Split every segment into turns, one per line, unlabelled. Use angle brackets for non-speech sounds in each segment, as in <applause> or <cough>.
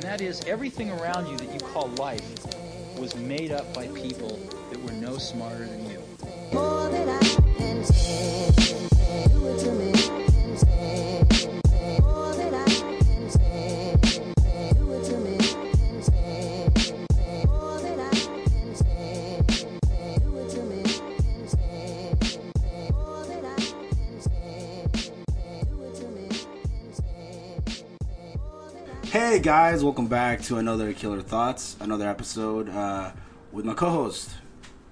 that is, everything around you that you call life was made up by people that were no smarter than you.
More than I can take. Do it to me. More than I can take. Do it to me. More than I can take. Do it to me. More than I can take. Do it to me. More than I
Hey guys, welcome back to another Killer Thoughts, another episode uh, with my co-host.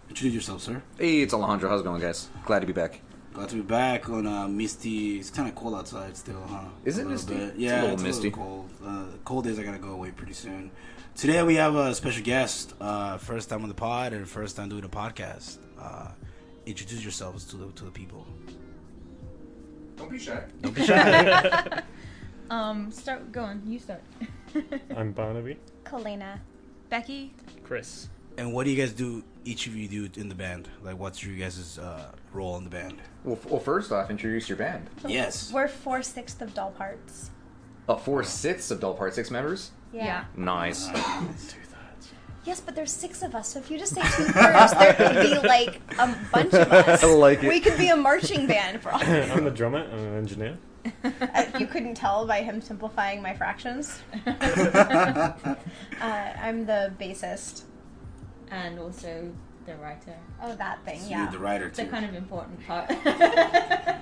Introduce yourself, sir.
Hey, it's Alejandro. How's it going, guys? Glad to be back.
Glad to be back on a misty. It's kind of cold outside still, huh?
Is
A
it
little
misty?
bit.
It's a
Yeah,
little misty.
cold. Uh, cold days are gonna go away pretty soon. Today we have a special guest. Uh, first time on the pod and first time doing a podcast. Uh, introduce yourselves to the to the people.
Don't be shy.
Um, start going. You start.
I'm
<coughs>
Barnaby.
Kalena.
Becky. <laughs>
Chris.
And what do you guys do? Each of you do in the band. Like, what's your guys' uh, role in the band?
Well, f- well, first off, introduce your band.
Yes.
We're four sixths of doll parts.
Uh, four sixths of Dull Part Six members.
Yeah.
Nice.
Yes, but there's six of us, so if you
<laughs>
just say two thirds, there could be like a bunch of us.
I like it.
We could be a marching band for all.
I'm the drummer and an engineer.
Uh, you <laughs> couldn't tell by him simplifying my fractions.
<laughs>
Uh, I'm the bassist.
and also the writer.
Oh, that thing,
So
yeah.
You're the writer
It's a
too.
kind of important <laughs> part.
yeah.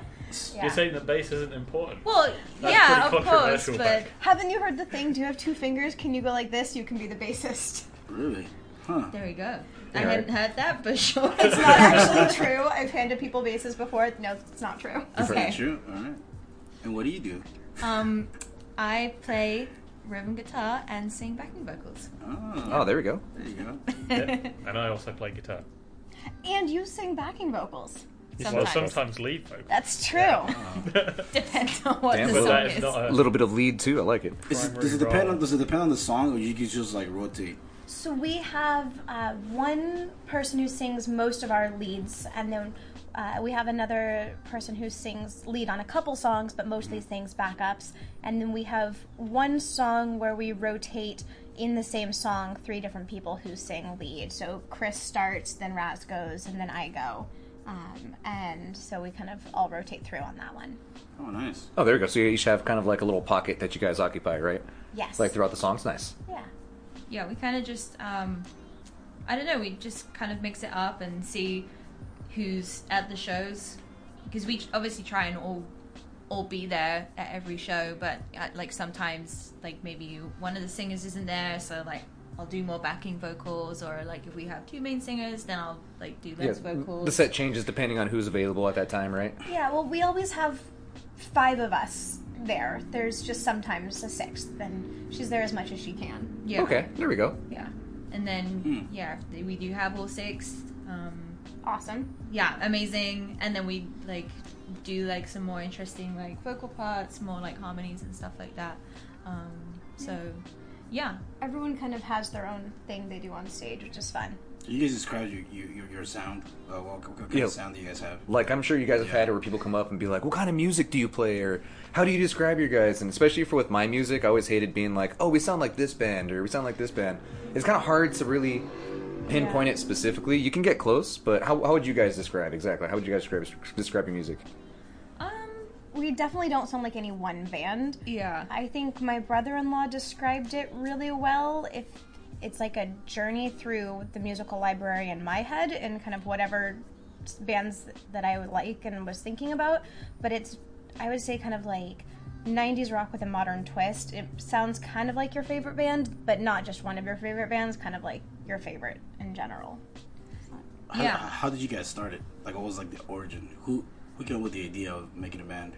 You're saying that bass
<laughs>
isn't important.
well,
That's
yeah,
pretty
of course,
controversial,
but
Haven't you heard the thing? Do you have two fingers? Can you go like this? You can be the
<laughs>
bassist.
Really? Huh?
there we go. I
Yeah.
hadn't heard that, but sure.
It's not actually true. I've handed people basses before. No, it's not true.
okay.
True. All right. And what do you do?
Um, I play rhythm guitar and sing backing vocals.
Oh,
Oh, there we go.
there you
<laughs>
go.
Yeah. and I also play guitar.
And you sing backing vocals.
Well,
Sometimes. Uh,
sometimes lead vocal.
That's true.
<laughs>
<laughs>
Depends on what
Damn,
the
well,
But
song
that
is.
is not
A
a.
little bit of lead too. I like it.
Is it,
Primary
does it depend
role.
on does it depend on the song, or you can just like rotate?
So we have uh, one person who sings most of our leads, and then uh, we have another person who sings lead on a couple songs, but mostly sings backups. And then we have one song where we rotate in the same song three different people who sing lead. So Chris starts, then Raz goes, and then I go. Um, and so we kind of all rotate through on that one.
Oh, nice.
Oh, there we go. So you each have kind of like a little pocket that you guys occupy, right?
Yes.
Like throughout the songs. Nice.
yeah.
yeah, we kind of just, um, I don't know, we just kind of mix it up and see who's at the shows because we obviously try and all all be there at every show, but uh, like sometimes like maybe one of the singers isn't there, so like I'll do more backing vocals, or like if we have two main singers, then I'll like do less vocals.
The set changes depending on who's available at that time, right?
Yeah, well, we always have five of us there. There's just sometimes a sixth, and she's there as much as she can.
yeah,
Okay. There we go.
yeah, and then yeah, we do have all six. Um,
Awesome.
yeah, amazing. And then we like do like some more interesting like vocal parts, more like harmonies and stuff like that. Um, so yeah,
Everyone kind of has their own thing they do on stage, which is fun.
So you guys describe your your, your, your sound. Uh, what, what kind
Yeah.
of sound do you guys have?
Like I'm sure you guys have had it where people come up and be like, "What kind of music do you play?" or "How do you describe your guys?" And especially for with my music, I always hated being like, "Oh, we sound like this band" or "We sound like this band." It's kind of hard to really pinpoint it specifically. You can get close, but how, how would you guys describe exactly? How would you guys describe describe your music?
um,
We definitely don't sound like any one band.
yeah,
I think my brother in law described it really well. If it's like a journey through the musical library in my head and kind of whatever bands that I would like and was thinking about, but it's, I would say, kind of like 90s rock with a modern twist. It sounds kind of like your favorite band, but not just one of your favorite bands, kind of like your favorite in general.
How,
Yeah.
How did you guys start it? Like, what was like the origin? Who who came up with the idea of making a band?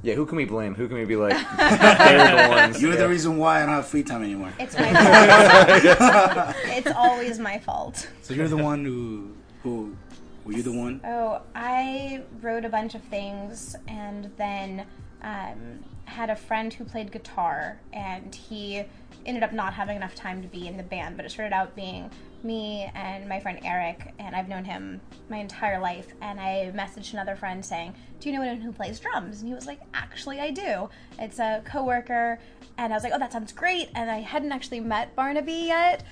Yeah, who can we blame? Who can we be like? They're the ones.
You're
Yeah.
the reason why I don't have free time anymore.
It's my fault. it's always my fault.
So you're the one who who
Uh,
were you the one?
Oh, I wrote a bunch of things and then um, had a friend who played guitar, and he ended up not having enough time to be in the band. But it started out being me and my friend Eric, and I've known him my entire life. And I messaged another friend saying, "Do you know anyone who plays drums?" And he was like, "Actually, I do. It's a coworker." And I was like, "Oh, that sounds great." And I hadn't actually met Barnaby yet.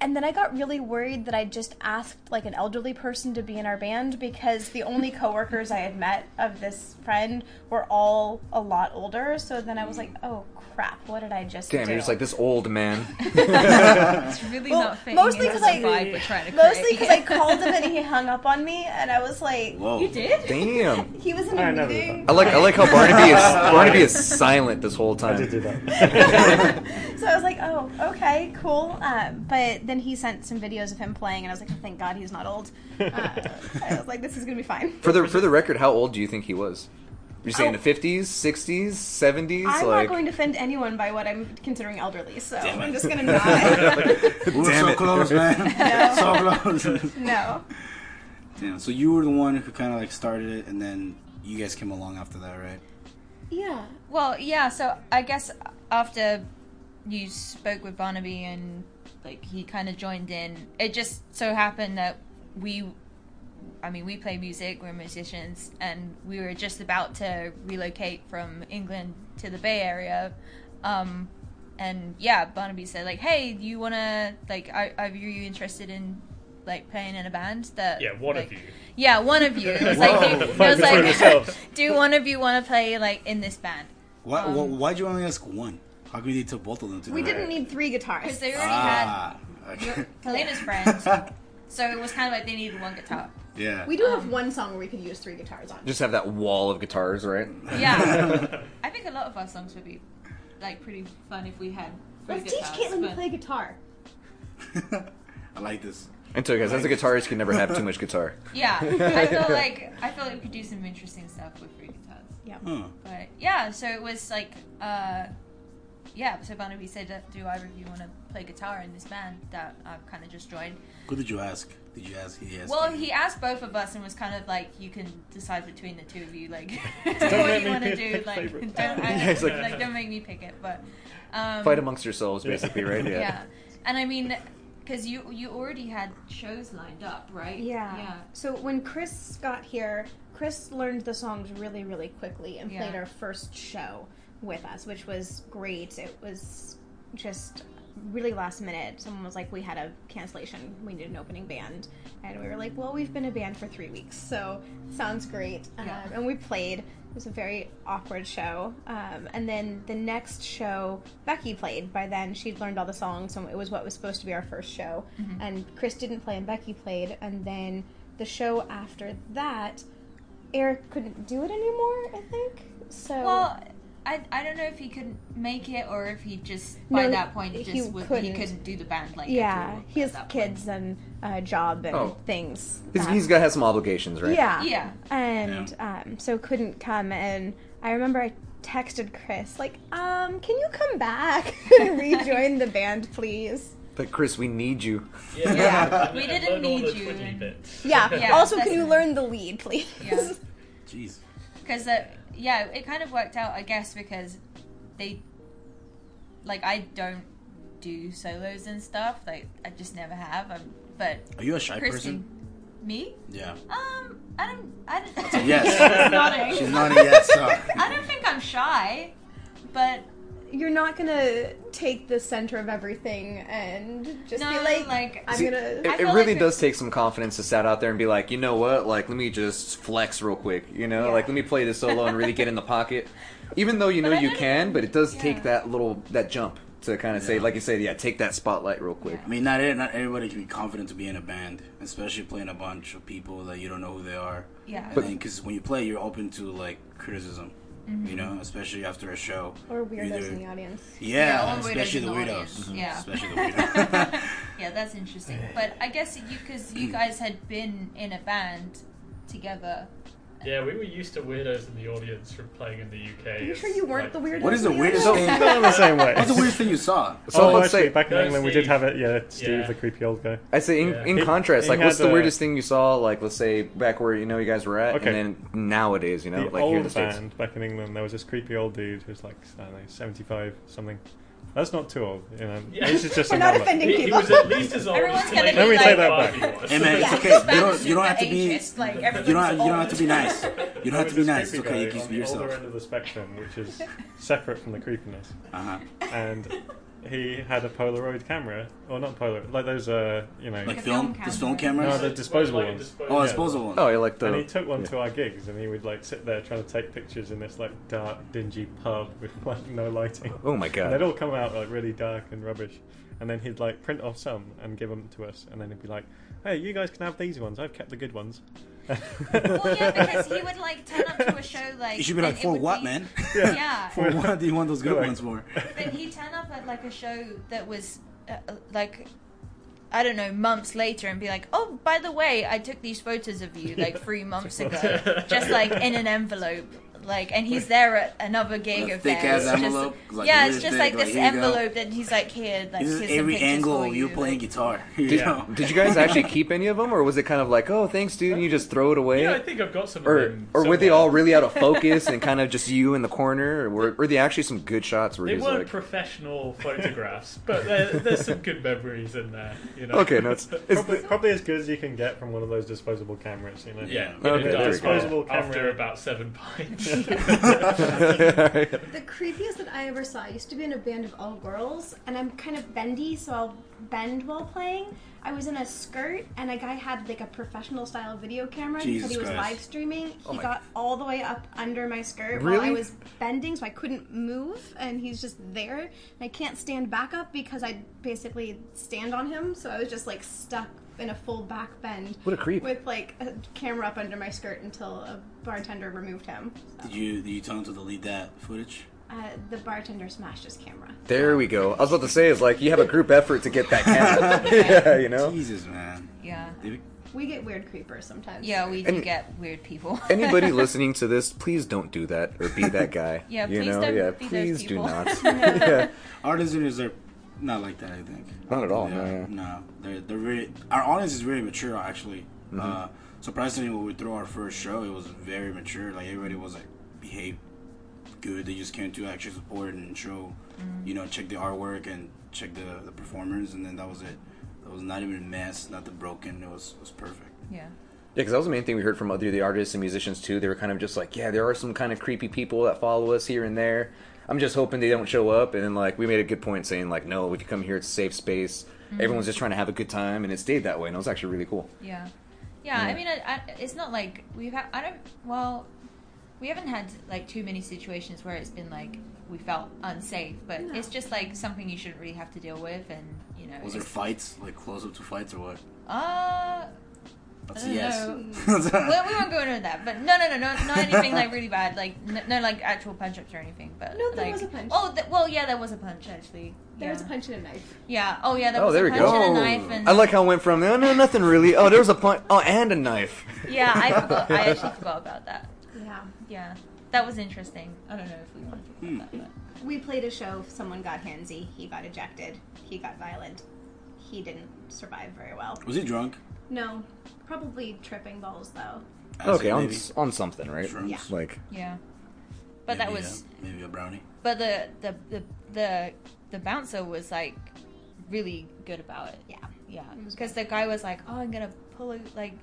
And then I got really worried that I just asked like an elderly person to be in our band because the only coworkers I had met of this friend were all a lot older. So then I was like, oh crap, what did I just
Damn,
do?
you're just like this old man.
It's really
Well,
not fitting
mostly
into
'cause
the
I-
vibe we're trying to
Mostly because I
create.
called
<laughs>
him and he hung up on me, and I was like,
Whoa.
you did.
Damn.
he was in
I
a
never
meeting.
I like I like how Barnaby is Barnaby is silent this whole time.
I did do
<laughs>
that.
So I was like, oh, okay, cool. Um, but then he sent some videos of him playing, and I was like, oh, thank God he's not old. Uh, I was like, this is gonna be fine.
For the for the record, how old do you think he was? You're saying
I-
the fifties, sixties, seventies?
I'm
Like
not going to offend anyone by what I'm considering elderly, so
Damn it.
I'm just gonna not.
<laughs> We were
Damn
so
it.
close, <laughs> man. so close.
no.
<laughs> Damn. So you were the one who kind of like started it, and then you guys came along after that, right?
Yeah.
Well, yeah. So I guess after you spoke with Barnaby and like he kind of joined in, it just so happened that we, I mean, we play music. We're musicians, and we were just about to relocate from England to the Bay Area. Um, and yeah, Barnaby said like, "Hey, do you wanna like? Are, are you interested in like playing in a band that?
yeah, one
like,
of you.
Yeah, one of you. It was
Whoa.
like, do, it was
Focus on
like
yourselves.
<laughs> do one of you want to play like in this band?
Why?
Um,
why why'd you only ask one? How come you took both of them? To
We
do
didn't
that?
need three guitarists.
Because they already
Ah.
had
<laughs> Okay.
Kalina's friend, so it was kind of like they needed one guitar.
<laughs> yeah.
We do have one song where we could use three guitars on.
just have that wall of guitars, right? <laughs>
<laughs> Yeah, I think a lot of our songs would be like pretty fun if we had. three
Let's teach
guitars,
Caitlin to
but-
play guitar.
<laughs> I like this.
And so guys, as a guitarist can never have too
<laughs>
much guitar.
Yeah, I feel like I feel like we could do some interesting stuff with three guitars.
Yeah.
Huh.
But yeah, so it was like, uh, yeah. So Barnaby said, "Do either of you want to play guitar in this band that I've kind of just joined?"
Who did you ask? Did you ask? He asked.
Well,
you.
he asked both of us and was kind of like, "You can decide between the two of you, like <laughs> what
let
you
me
want to
pick-
do.
pick
Like,
favorites."
don't, I,
Yeah, it's
like,
like-
don't make me pick it." But um,
Fight amongst yourselves, basically, right?
yeah.
Yeah.
and I mean, because you you already had shows lined up, right?
Yeah.
yeah.
So when Chris got here, Chris learned the songs really, really quickly and played
Yeah.
our first show with us, which was great. It was just really last minute. Someone was like, "We had a cancellation. We need an opening band," and we were like, "Well, we've been a band for three weeks, so sounds great."
Yeah.
Um, and we played. It was a very awkward show. Um, and then the next show, Becky played. By then, she'd learned all the songs, and it was what was supposed to be our first show.
Mm-hmm.
And Chris didn't play, and Becky played. And then the show after that, Eric couldn't do it anymore. I think so.
Well, I, I don't know if he couldn't make it or if he just by
No,
that point
he
just was, he
couldn't.
couldn't do the band like at
yeah,
all
he
at
has
that point.
kids and a job and
Oh.
things.
He's,
that-
he's got has some obligations, right?
Yeah.
Yeah.
And um, so couldn't come. And I remember I texted Chris, like, um, can you come back and rejoin the band, please?
But Chris, we need you.
Yeah,
Yeah. We
I've
didn't
learned all
need
the
you.
twiddly bits.
Yeah.
Yeah,
also,
that's
can you
nice.
learn the lead, please?
Yeah.
Jeez.
because uh, yeah, it kind of worked out, I guess, because they like I don't do solos and stuff. Like I just never have. Um but
Are you a shy
Kristen,
person?
me?
Yeah.
Um, I don't. I <laughs> don't.
yes.
She's nodding.
She's not a yes. So.
<laughs> I don't think I'm shy, but
<laughs> You're not going to take the center of everything and just
No,
be like,
like-
I'm
See,
going
it,
to.
I
it
feel like
really
it-
does take some confidence to sat out there and be like, you know what? Like, let me just flex real quick. You know,
Yeah.
like let me play this solo and really get in the
<laughs>
pocket. Even though you know
But I
you
don't-
can, but it does
yeah.
take that little that jump to kind of say, like you said, yeah, take that spotlight real quick.
I mean, not e- not everybody can be confident to be in a band, especially playing a bunch of people that you don't know who they are.
Yeah.
And
But-
because when you play, you're open to like criticism.
mm-hmm.
You know, especially after a show.
Or
You're
weirdos
either-
in the audience.
all
Yeah,
the weirdos
especially
in
the
the
weirdos. Mm-hmm.
audience, yeah.
Especially
<laughs>
the weirdos.
yeah,
<sighs>
that's
Mm.
interesting. But I guess you because you guys had been in a band together
<laughs> Yeah, we were used to weirdos in the audience from playing in the UK.
Are you
It's
sure you weren't
like-
the weirdest?
What is the
in
weirdest
audience?
thing?
Not in the same
<laughs>
way.
What's the weirdest thing you saw?
So
Oh,
let's
actually,
say
back in No, England, we Steve. did have it. Yeah, Steve, Yeah. the creepy old guy.
I say in,
Yeah.
in
He-
contrast,
he
like what's
had
the
a-
weirdest thing you saw? Like let's say back where you know you guys were at,
Okay.
and then nowadays, you know,
the
like here in the
old
states.
band back in England, there was this creepy old dude who's like I don't know, seventy-five something. That's not too old, you know. Yeah. This is
<laughs>
just
We're
a
not
number.
offending
He, he
people.
was at least as old.
Everyone's
as
gonna
Lady
be Let me like-
Gaga
take that
was.
Hey man, it's
<laughs>
Yeah.
okay. You don't you don't have to be
Ageist,
you
like,
don't have,
everyone's
you don't have to be
old.
nice. You don't have to be
This
nice. It's
creepy
okay. You
guy
can
on
just be
the older end
yourself.
of the spectrum, which is separate from the creepiness.
Uh-huh.
and
<laughs>
he had a Polaroid camera, or not Polaroid, like those, uh, you know,
Like
a
film,
film
this film
camera.
no,
<laughs> cameras.
the disposable
Like a
ones.
disposable-
oh,
yeah.
disposable ones.
Oh, yeah, like the.
And he took one
yeah.
to our gigs, and he would like sit there trying to take pictures in this like dark, dingy pub with <laughs> like no lighting.
Oh my
And they'd
god.
all come out like really dark and rubbish, and then he'd like print off some and give them to us, and then he'd be like, "Hey, you guys can have these ones. I've kept the good ones."
Well,
<laughs>
yeah, because he would like turn up to a show like.
You should be
and
like,
it
for
would
what,
be- <laughs>
man?
Yeah,
<laughs> For what do you want those good
Like-
ones for?
but he turned up at like a show that was uh, uh, like. I don't know, months later, and be like, "Oh, by the way, I took these photos of you like
<laughs>
three months ago, just like in an envelope, like." And he's there at another gig
A
of
thick
theirs,
ass
just-
envelope, like
yeah,
this
it's just
big,
like
like,
this
here you go.
envelope, and he's like, "Here,
<laughs>
like
This is
here's some
every
pictures
angle
for
of
you
you playing guitar. <laughs> You
Did,
know?
did you guys
<laughs>
actually keep any of them, or was it kind of like, oh, thanks, dude, and you just throw it away?
yeah, I think I've got some. of
or
them
or were they
somewhere.
all really out of
<laughs>
focus and kind of just you in the corner? Or were, were they actually some good shots where
They
he's
weren't
like,
<laughs>
professional photographs, but there, there's some good memories in there. You know.
Okay, no,
<laughs>
it's- it's-
probably, probably as good as you can get from one of those disposable cameras. You know.
Yeah.
You know,
Okay, there we go.
disposable camera after about seven
<laughs>
pints.
<laughs>
The creepiest that I ever saw I used to be in a band of all girls, and I'm kind of bendy, so I'll bend while playing. I was in a skirt, and a guy had like a professional style video camera. and he said
Jesus
he was
Christ.
live streaming. He
Oh my-
got all the way up under my skirt while
Really?
I was bending, so I couldn't move, and he's just there. And I can't stand back up because I basically stand on him, so I was just like stuck in a full back bend.
What a creep.
With like a camera up under my skirt until a bartender removed him. So.
Did you did you tell him to delete that footage?
Uh, the bartender smashed his camera.
there we go? I was about to say, is like, you have a group effort to get
<laughs>
that camera. <laughs> yeah, you know?
Jesus, man.
Yeah,
Did we-
We get weird creepers sometimes.
yeah, we do
Any-
get weird people. <laughs>
Anybody listening to this, please don't do that or be that guy.
Yeah,
you
please
know?
don't
yeah,
be those
please do
people. <laughs>
not. <laughs> yeah.
Our listeners are not like that. I think.
Not at all.
They
no,
are-
yeah.
No, they're they're very. Our audience is very mature, actually.
Mm-hmm.
Uh, surprisingly, when we threw our first show, it was very mature. Like everybody was like, behave good. They just came to actually support and show,
Mm-hmm.
you know, check the artwork and check the the performers, and then that was it. That was not even a mess, nothing broken. It was it was perfect.
yeah,
Yeah, because that was the main thing we heard from other the artists and musicians too. They were kind of just like, yeah, there are some kind of creepy people that follow us here and there. I'm just hoping they don't show up. And then like we made a good point saying like, no, if you come here, it's a safe space.
Mm-hmm.
Everyone's just trying to have a good time, and it stayed that way. And it was actually really cool.
yeah, yeah.
Yeah.
I mean, I, I, it's not like we've had. I don't. Well, we haven't had like too many situations where it's been like we felt unsafe, but
No.
it's just like something you shouldn't really have to deal with, and you know.
Was there
it's-
fights? Like close up to fights or what?
Uh,
That's a
I don't
yes.
know.
<laughs>
well, we won't go into that, but no, no, no, no, not anything like really bad, like no, no like actual punch ups or anything. But
No, there
like,
was a punch.
Oh, th- well, yeah, there was a punch actually.
There was a
Yeah.
punch and a knife.
Yeah. Oh, yeah. There
Oh,
was
there
a
we
punch
go.
and
Oh.
a knife. And,
I like how it went from oh no nothing really oh there was a punch oh and a knife
yeah,
<laughs>
I forgot. I actually forgot about that.
Yeah.
Yeah, that was interesting. I don't know if we want
Hmm.
to talk about that,
We played a show, someone got handsy, he got ejected, he got violent. He didn't survive very well.
Was he drunk?
No, probably tripping balls though.
Acid,
okay on
maybe?
on something right
Shrooms?
Yeah.
like
but yeah. But that
Maybe,
was,
uh, maybe a brownie.
but the the the the, the bouncer was like really good about it.
Yeah.
Yeah,
It was
because the guy was like, "Oh, I'm gonna pull a like,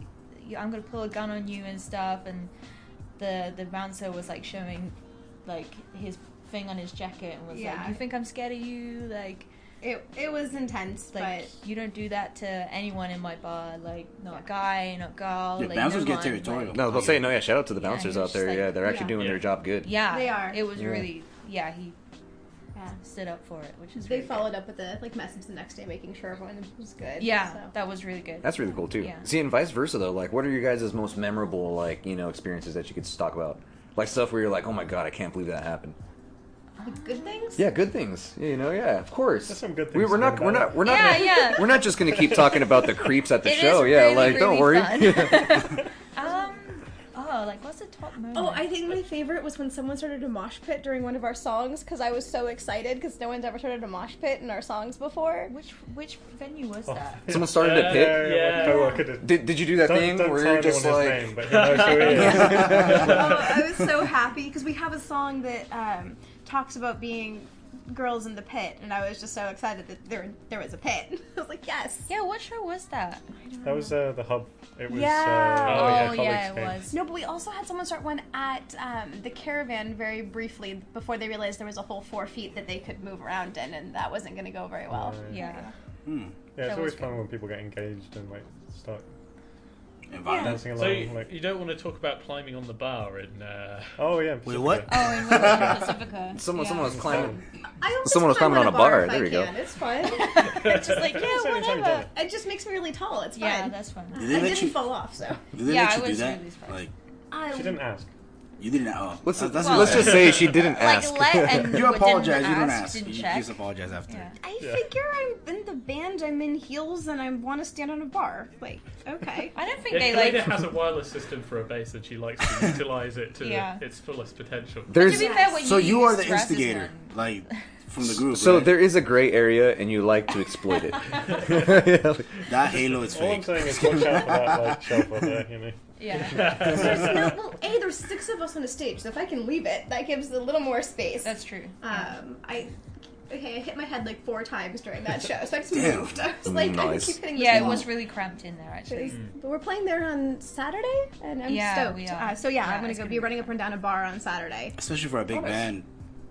y- I'm gonna pull a gun on you and stuff," and the the bouncer was like showing, like his thing on his jacket and was like,
Yeah.
"You think I'm scared of you? Like,
It it was intense,
like you don't do that to anyone in my bar. Like, not
Yeah.
guy, not girl.
Yeah,
like,
bouncers
no
get
one,
territorial.
like-
no they'll say no yeah shout out to the
Yeah,
bouncers
you're
out there
just like-
yeah they're actually
yeah.
doing
Yeah.
their job good
yeah,
They are.
It was
Yeah.
really, yeah. He
but yeah.
stood up for it, which is
They
really
followed up with a like message the next day, making sure everyone was good.
Good. Yeah,
so.
that was really good.
That's really cool too.
Yeah.
See, and vice versa though. Like, what are your guys' most memorable like you know experiences that you could talk about? Like stuff where you're like, oh my god, I can't believe that happened.
Like, good things.
Yeah, good things. You know, yeah, of course.
There's some good
We,
things
we're not.
about
We're
it.
not. We're not.
Yeah,
gonna-
yeah.
We're not just gonna keep talking about the creeps at the
<laughs> It is
show. yeah, <laughs>
really,
like don't
really
worry.
fun. <laughs> um, oh, well. Like, what's the top moment?
Oh, I think my favorite was when someone started a mosh pit during one of our songs because I was so excited because no one's ever started a mosh pit in our songs before.
which which venue was that?
Someone started a pit.
<laughs> Yeah, my coworker did.
Did, did you do that
Don't,
thing
don't
where
tell
you're just
anyone
like,
his name, but he knows who he is.
oh, I was so happy because we have a song that um, talks about being girls in the pit, and I was just so excited that there there was a pit. <laughs> I was like, yes.
Yeah, what show was that?
That was uh, the hub. It was.
Yeah.
Uh,
Oh,
college
yeah, it
game.
was.
No, but we also had someone start one at um, the caravan very briefly before they realized there was a whole four feet that they could move around in, and that wasn't going to go very well.
Yeah.
Hmm.
Yeah, it's
That
always
was
fun when people get engaged and like start
And violence.
dancing
So
along.
you,
like,
you don't want to talk about climbing on the bar in. Uh,
oh yeah.
Wait, what?
Pacifica.
Oh, in
<laughs>
Western
<laughs>
Pacifica.
someone,
yeah.
someone was climbing.
I always
Someone was
climb
climbing on a bar,
if
there
I
you go.
can. It's fun.
It's <laughs> just like, yeah,
That's the only time you've done
whatever.
it.
it just makes me really tall. It's fun.
Yeah, that's fun.
Did
I
they let
didn't
you,
fall off, so.
did they
Yeah,
let
I
you do
was
that?
really surprised.
Like,
I
She didn't ask.
you didn't know.
Let's,
That- that's
Well-
let's
not
just
bad.
say she didn't ask. <laughs>
Like, let and
You
didn't
apologize. You don't
ask,
ask.
Didn't
You, you
check.
just apologize after.
Yeah.
I
Yeah.
figure I'm in the band, I'm in heels, and I want to stand on a bar. Like, okay.
<laughs> I don't think
yeah,
they
Kaleda
like.
has a wireless system for a bass, and she likes to utilize it to
Yeah.
its fullest potential.
To
There's
be fair, when
So you are the
use Raz's
instigator,
one-
like from
<laughs>
the group.
so
right?
there is a gray area, and you like to exploit it.
<laughs>
that halo is
All I'm
Oh, fake.
saying is watch out for
<laughs>
that like shelf up there. You know. <laughs>
Yeah,
There's no, well, A, there's six of us on a stage, so if I can leave it, that gives a little more space.
that's true.
Um, I. Okay, I hit my head like four times during that show, so I just
Damn.
moved. I was like, I
Nice.
just keep hitting this
Yeah, it
wall.
was really cramped in there actually.
But we're playing there on Saturday, and I'm
Yeah,
stoked.
we are.
Uh, so yeah,
Yeah,
I'm gonna
it's
go
gonna
be
be
running up and down a bar on Saturday.
<laughs> Especially for a big band,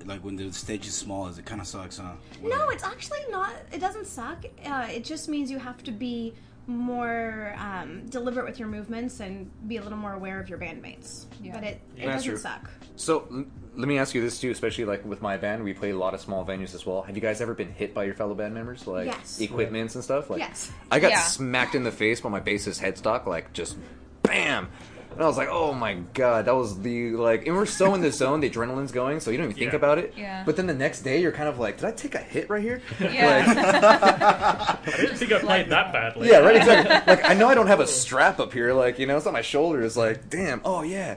like when the stage is small, is it kind of sucks, huh?
No, it's actually not. It doesn't suck. Uh, it just means you have to be more um, deliberate with your movements and be a little more aware of your bandmates.
Yeah.
But it, it
That's
doesn't
true.
suck.
So l- let me ask you this too, especially like with my band, we play a lot of small venues as well. Have you guys ever been hit by your fellow band members, like
Yes.
equipments and stuff? Like,
Yes.
I got
Yeah.
smacked in the face by my bassist headstock, like just bam. And I was like, "Oh my god, that was the like." And we're so
<laughs>
in the zone, the adrenaline's going, so you don't even think
Yeah.
about it.
Yeah.
But then the next day, you're kind of like, "Did I take a hit right here?" <laughs>
Yeah,
<laughs> I didn't think I played that badly.
Yeah, right. Exactly. like I know I don't have a strap up here, like you know, it's on my shoulder. It's like, damn. Oh yeah.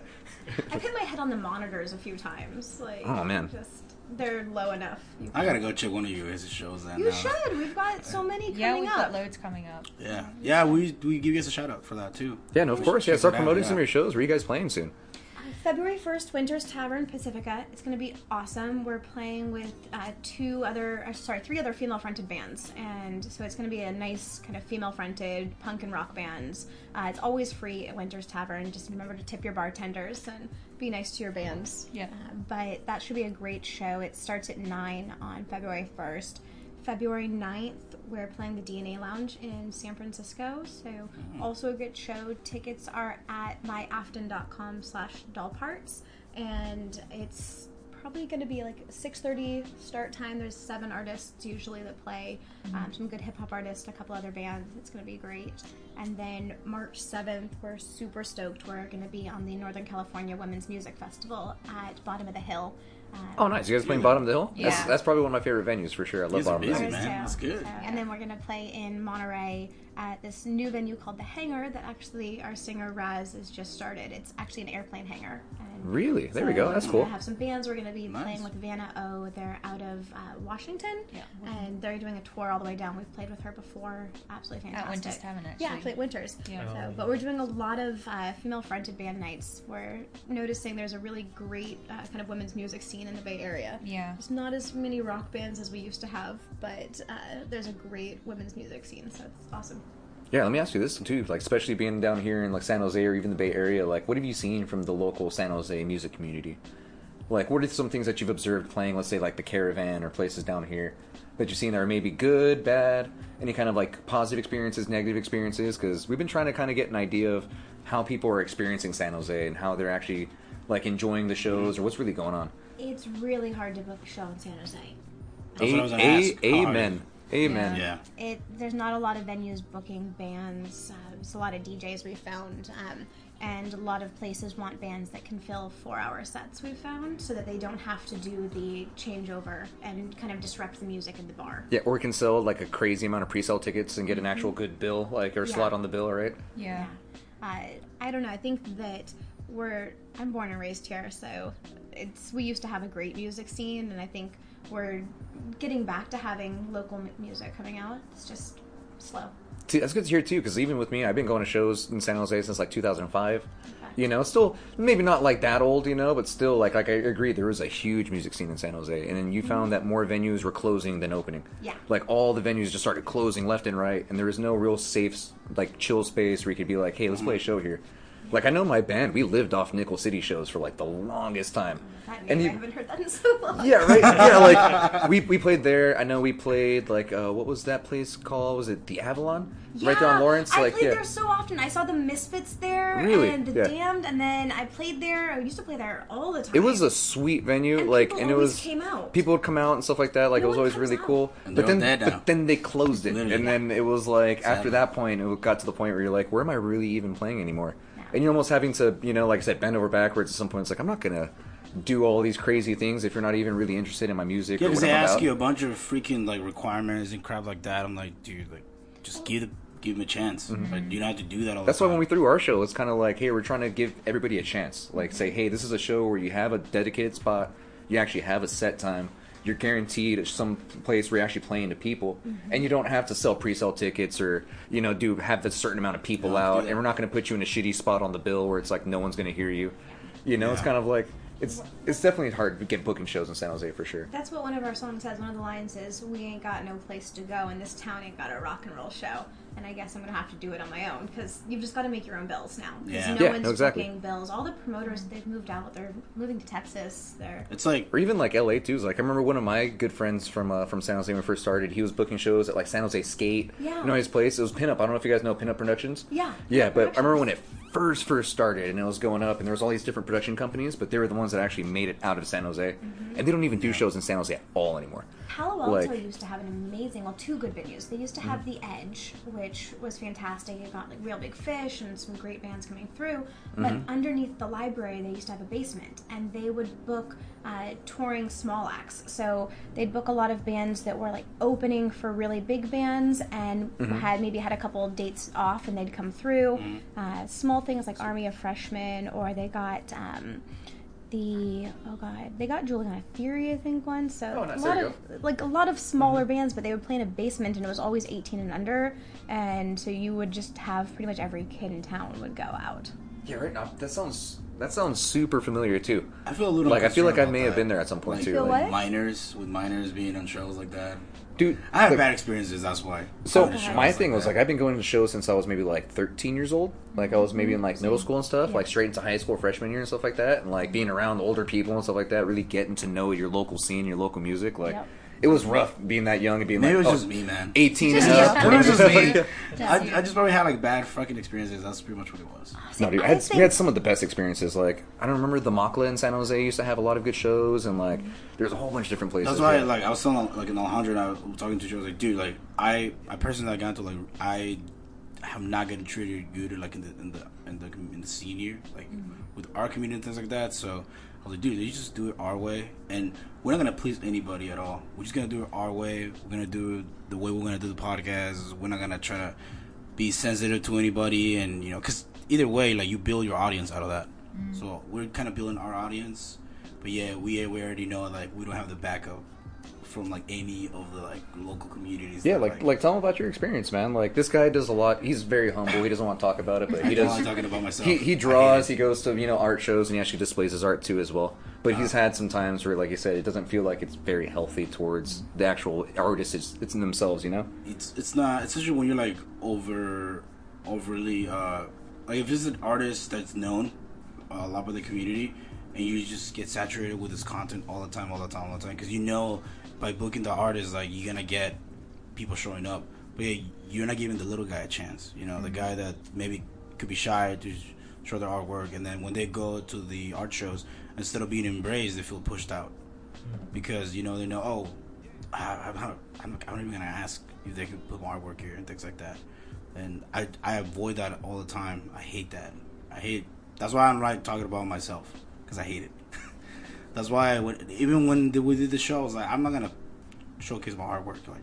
I've hit my head on the monitors a few times. Like,
Oh, man.
just they're low enough. You,
I gotta go check one of your guys' shows then. uh,
you
now.
should. We've got so many
yeah,
coming
we've
up.
got loads coming up.
Yeah, yeah. We we give you guys a shout out for that too.
Yeah, no, of course. Yeah,
check
start
it out,
promoting
yeah.
some of your shows. Where are you guys playing soon?
February 1st, Winter's Tavern, Pacifica. It's going to be awesome. We're playing with uh, two other, uh, sorry, three other female fronted bands. And so it's going to be a nice kind of female fronted punk and rock bands. Uh, it's always free at Winter's Tavern. Just remember to tip your bartenders and be nice to your bands.
Yeah.
Uh, but that should be a great show. It starts at 9 on February 1st. February 9th, we're playing the DNA Lounge in San Francisco. So, also a good show. Tickets are at myafton.com slash dollparts. And it's probably going to be like 6.30 start time. There's seven artists usually that play. Um, some good hip-hop artists, a couple other bands. It's going to be great. And then March 7th, we're super stoked. We're going to be on the Northern California Women's Music Festival at Bottom of the Hill. Um,
Oh, nice. You guys playing Bottom of the Hill? That's,
Yeah.
that's probably one of my favorite venues for sure. I love
These are
Bottom of
busy,
the Hill.
Thursday.
man. That's good.
And then we're going to play in Monterey at this new venue called The Hangar that actually our singer Raz has just started. It's actually an airplane hangar. And
Really? There we
so
go. That's
we're
cool.
gonna have some bands. We're going to be
Nice.
playing with Vanna O. They're out of uh, Washington.
Yeah,
And they're doing a tour all the way down. We've played with her before. Absolutely fantastic.
Winter's Tavern, actually.
Yeah, actually at Winters.
Yeah.
So, but we're doing a lot of uh, female fronted band nights. We're noticing there's a really great uh, kind of women's music scene in the Bay Area.
Yeah.
There's not as many rock bands as we used to have, but uh, there's a great women's music scene, so it's awesome.
Yeah, let me ask you this too. Like, especially being down here in like San Jose or even the Bay Area, like, what have you seen from the local San Jose music community? Like, what are some things that you've observed playing, let's say, like the Caravan or places down here that you've seen that are maybe good, bad, any kind of like positive experiences, negative experiences? Because we've been trying to kind of get an idea of how people are experiencing San Jose and how they're actually like enjoying
Mm-hmm.
the shows or what's really going on.
It's really hard to book a show in San Jose.
That's what I was gonna
a-
ask.
a- amen. Amen.
Yeah.
It there's not a lot of venues booking bands. Uh, there's a lot of DJs we found, um, and a lot of places want bands that can fill four-hour sets. We found so that they don't have to do the changeover and kind of disrupt the music in the bar.
Yeah, or can sell like a crazy amount of pre-sale tickets and get
Mm-hmm.
an actual good bill, like or
Yeah.
slot on the bill, right?
Yeah,
uh, I don't know. I think that we're I'm born and raised here, so it's we used to have a great music scene, and I think we're getting back to having local mu- music coming out. It's just slow.
See, that's good to hear too, because even with me, I've been going to shows in San Jose since like 2005. You know, still maybe not like that old, you know, but still like like I agree, there was a huge music scene in San Jose, and then you found that more venues were closing than opening.
Yeah.
like all the venues just started closing left and right, and there was no real safe like chill space where you could be like, hey, let's play a show here. Like I know my band, we lived off Nickel City shows for like the longest time,
That
and
name,
you-
I haven't heard that in so long.
yeah,
<laughs>
right. Yeah, like we, we played there. I know we played like uh, what was that place called? Was it the Avalon? right there on Lawrence.
I
like
played
yeah.
there so often. I saw the Misfits there,
Really?
and the
Yeah.
Damned, and then I played there. I used to play there all the time.
it was a sweet venue.
And
like
people
and it
always
was
came out.
people would come out and stuff like that. Like
No
it was
one
always
comes
really
out.
cool.
And
But
they're
then
all dead now.
but then they closed it,
Literally.
and then it was like after
Sadly.
that point, it got to the point where you're like, where am I really even playing anymore?
No.
And you're almost having to, you know, like I said, bend over backwards at some point. It's like I'm not gonna do all these crazy things if you're not even really interested in my music.
Yeah,
or
because
what
they
I'm
ask
about.
you a bunch of freaking like requirements and crap like that. I'm like, dude, like, just give the, give him a chance. Like, you don't have to do that all
Mm-hmm. That's
the
why
time.
when we threw our show, it's kind of like, hey, we're trying to give everybody a chance. Like, say, hey, this is a show where you have a dedicated spot, you actually have a set time, you're guaranteed some place where you're actually playing to people, and you don't have to sell pre-sale tickets or you know do have a certain amount of people
don't have to do
out,
that.
and we're not going to put you in a shitty spot on the bill where it's like no one's going to hear you. You know, it's
Yeah.
kind of like it's it's definitely hard to get booking shows in San Jose for sure.
That's what one of our songs says. One of the lines is, "We ain't got no place to go, and this town ain't got a rock and roll show." And I guess I'm gonna have to do it on my own because you've just got to make your own bills now. 'Cause
Yeah.
no
Yeah,
one's
no, exactly.
booking bills. All the promoters they've moved out. They're moving to Texas. They're
it's like
or even like LA too. Is like I remember one of my good friends from uh, from San Jose when we first started. He was booking shows at like San Jose Skate.
Yeah.
You know his place. It was Pinup. I don't know if you guys know Pinup Productions.
Yeah,
Yeah,
Pinup
but I remember when it first first started and it was going up, and there was all these different production companies, but they were the ones that actually made it out of San Jose,
Mm-hmm.
and they don't even do shows in San Jose at all anymore.
Palo Alto
Like-
used to have an amazing, well, two good venues. They used to have The Edge, which was fantastic. It got like real big fish and some great bands coming through. But underneath the library, they used to have a basement, and they would book uh, touring small acts. So they'd book a lot of bands that were like opening for really big bands and had maybe had a couple of dates off, and they'd come through. Uh, small things like Army of Freshmen, or they got. Um, the oh god, they got Juliana Theory, I think, once. So
Oh, nice.
a
There
lot
you
of like a lot of smaller bands, but they would play in a basement, and it was always 18 and under, and so you would just have pretty much every kid in town would go out.
Yeah, right. Now that sounds that sounds super familiar too.
I feel a little
Like I
concerned
feel like I
about
may have
that.
been there at some point
Like,
too.
Feel
like-
what?
minors with minors being on shows like that.
Dude,
I had
like-
bad experiences. That's why.
So
Going to shows
my thing was
that.
like I've been going to shows since I was maybe like 13 years old. Like I was maybe in like middle school and stuff, like straight into high school freshman year and stuff like that, and like being around older people and stuff like that, really getting to know your local scene, your local music. Like
Yep.
it was rough being that young and being
Maybe
like
it
oh,
was just me, man.
18
<laughs> Just
and
you.
up.
Maybe it was
just me.
Yeah.
I, I just probably had like bad fucking experiences. That's pretty much what it was.
<laughs>
See,
No, dude, I
I
had,
think-
we had some of the best experiences. Like I don't remember the Makla in San Jose used to have a lot of good shows, and like there's a whole bunch of different places.
That's why,
yeah.
like, I was telling like in Alejandro, and I was talking to you. I was like, dude, like, I, I personally, I got to like, I have not gotten treated good like in the in the in the com- in the scene here, like with our community and things like that. So I was like, dude, let's just do it our way, and we're not gonna please anybody at all. We're just gonna do it our way. We're gonna do it the way we're gonna do the podcast. We're not gonna try to be sensitive to anybody, and you know, because either way, like, you build your audience out of that. So we're kind of building our audience. But yeah, we we already know like we don't have the backup from like any of the like local communities.
Yeah,
that,
like like tell them about your experience, man. Like this guy does a lot. He's very humble. He doesn't want to talk about it, but
<laughs>
he
I
does.
am talking about myself.
He, he draws. He goes to you know art shows, and he actually displays his art too as well. But he's had some times where, like you said, it doesn't feel like it's very healthy towards the actual artists. It's, it's in themselves, you know.
It's it's not especially when you're like over overly uh like if it's an artist that's known uh, a lot by the community and you just get saturated with his content all the time, all the time, all the time because you know by booking the artist like you're gonna get people showing up, but yeah, you're not giving the little guy a chance. You know, the guy that maybe could be shy to sh- show their artwork, and then when they go to the art shows, instead of being embraced, they feel pushed out because you know they know oh, I, I'm, not, I'm, I'm not even gonna ask if they could put my artwork here and things like that. And I I avoid that all the time. I hate that. I hate. That's why I'm like talking about myself because I hate it. <laughs> that's why I would, even when the, we did the show, I was like I'm not gonna showcase my artwork. Like,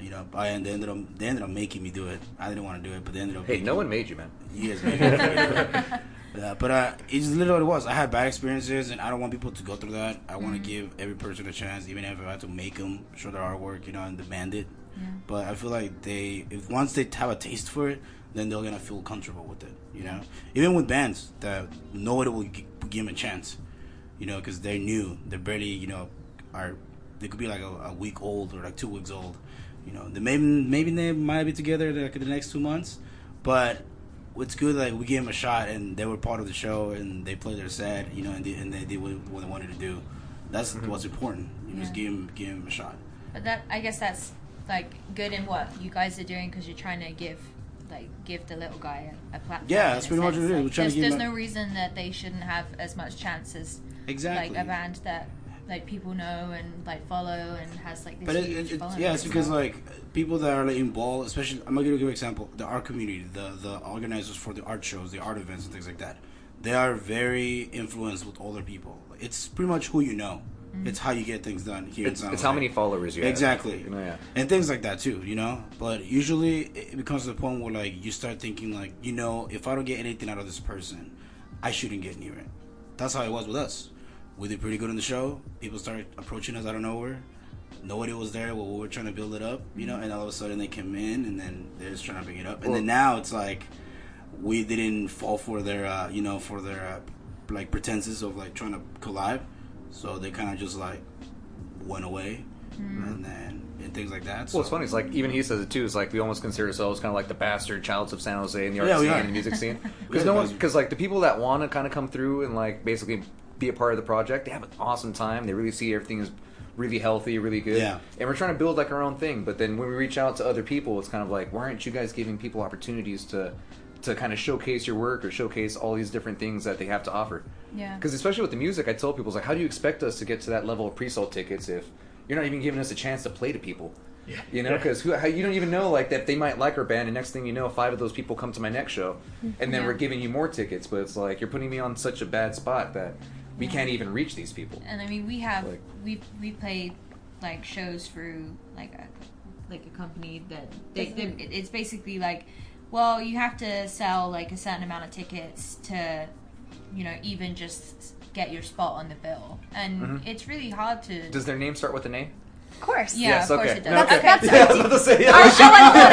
you know, I, and they ended up they ended up making me do it. I didn't want to do it, but they ended up.
Hey,
making
<laughs>
no one made you, man.
Yes, man. Yeah, but uh, it's literally what it was. I had bad experiences, and I don't want people to go through that. I want to give every person a chance, even if I have to make them show their artwork, you know, and demand it. But I feel like they, if once they have a taste for it, then they're gonna feel comfortable with it, you know. Even with bands that nobody will gi- give them a chance, you know, because they're new, they're barely, you know, are they could be like a, a week old or like two weeks old, you know. They maybe maybe they might be together like in the next two months, but it's good like we gave them a shot and they were part of the show and they played their set you know and they, and they did what, what they wanted to do that's what's important you just
Yeah.
give them give them a shot
<laughs> But that I guess that's like good in what you guys are doing because you're trying to give like give the little guy a, a platform.
Yeah,
in
that's
a
pretty much
sense.
what it is.
Like,
We're trying
there's
to give
there's
him
no
a-
reason that they shouldn't have as much chance as
exactly
like a band that like people know and like follow and has like this
but it,
huge
it, it,
following.
yeah it's because like people that are like, involved especially i'm gonna give you an example the art community the the organizers for the art shows the art events and things like that they are very influenced with older people it's pretty much who you know it's how you get things done here in
It's,
San
it's how
Jose.
many followers you have.
Exactly.
You know, yeah.
And things like that too, you know? But usually it becomes the point where like you start thinking like, you know, if I don't get anything out of this person, I shouldn't get near it. That's how it was with us. We did pretty good on the show. People started approaching us out of nowhere. Nobody was there while we were trying to build it up, you know,
Mm-hmm.
and all of a sudden they came in and then they're just trying to bring it up. And then now it's like we didn't fall for their, uh, you know, for their uh, like pretenses of like trying to collab. So they kind of just like went away
Hmm.
and then and things like that.
Well, <laughs>
so-
it's funny. It's like even he says it too. It's like we almost consider ourselves kind of like the bastard childs of San Jose in the art
Yeah, we
scene
are.
and the
<laughs>
music scene.
are
Because
the
no one,
bastard.
because like the people that want to kind of come through and like basically be a part of the project, they have an awesome time. They really see everything is really healthy, really good.
Yeah.
And we're trying to build like our own thing. But then when we reach out to other people, it's kind of like, why aren't you guys giving people opportunities to? To kind of showcase your work or showcase all these different things that they have to offer.
Yeah.
Because especially with the music, I tell people, it's like, how do you expect us to get to that level of pre-sale tickets if you're not even giving us a chance to play to people? You know, because how you don't even know like that they might like our band, and next thing you know, five of those people come to my next show, and then
Mm-hmm. Yeah.
we're giving you more tickets. But it's like you're putting me on such a bad spot that we can't even reach these people.
and I mean we have
Like-
we we played like shows through like a like a company that they, they it- it's basically like well you have to sell like a certain amount of tickets to you know even just s- get your spot on the bill and it's really hard to
Mm-hmm. Does their name start with an A?
Of course.
yeah
yes,
of
okay.
course it does
No, okay.
okay,
Yeah, I was about to say, yeah.
our show is not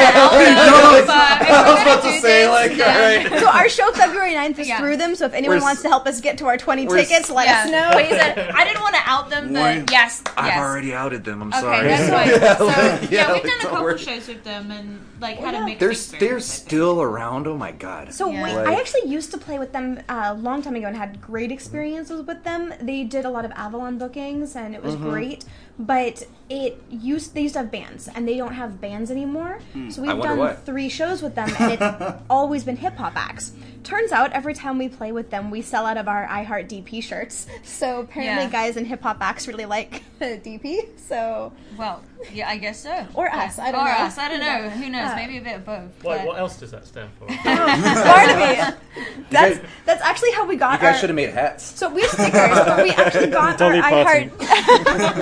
<laughs>
out
No, it's-
but
I
if we're
was about
gonna
to
do
say,
this,
like,
then-
all right.
So our show February 9th is
Yeah.
through them. So if anyone
We're s-
wants to help us get to our 20
we're s-
tickets, let
yeah.
us
But he
know.
said, I didn't want to out them,
Warren.
but yes,
I've
yes.
already outed them. I'm
Okay,
sorry. <laughs>
that's fine.
Yeah,
so,
like,
yeah, we've
like,
done a
don't
couple
worry.
shows with them and like had a mixed
They're
experience.
they're
I think.
still around. Oh my god.
So
Yeah.
we,
Like-
I actually used to play with them uh, a long time ago and had great experiences with them. They did a lot of Avalon bookings and it was
Mm-hmm.
great, but it used they used to have bands and they don't have bands anymore. So
Hmm. I
we've
wonder
done
why.
three shows with them
<laughs>
and it's always been hip hop acts. Turns out every time we play with them, we sell out of our I Heart DP shirts. So apparently,
Yeah.
guys in hip hop acts really like <laughs> DP. So
Well, yeah, I guess so.
Or us, I don't
or
know.
us. I don't know. Who knows? Maybe a bit of both.
Wait,
but-
what else does that stand for?
Oh,
<laughs>
<laughs>
Barnaby, that's
guys-
that's actually how we
uh,
got
You guys
our.
should have made hats.
So we have stickers, but we actually got our
<laughs> Dolly Parton.
iHeart.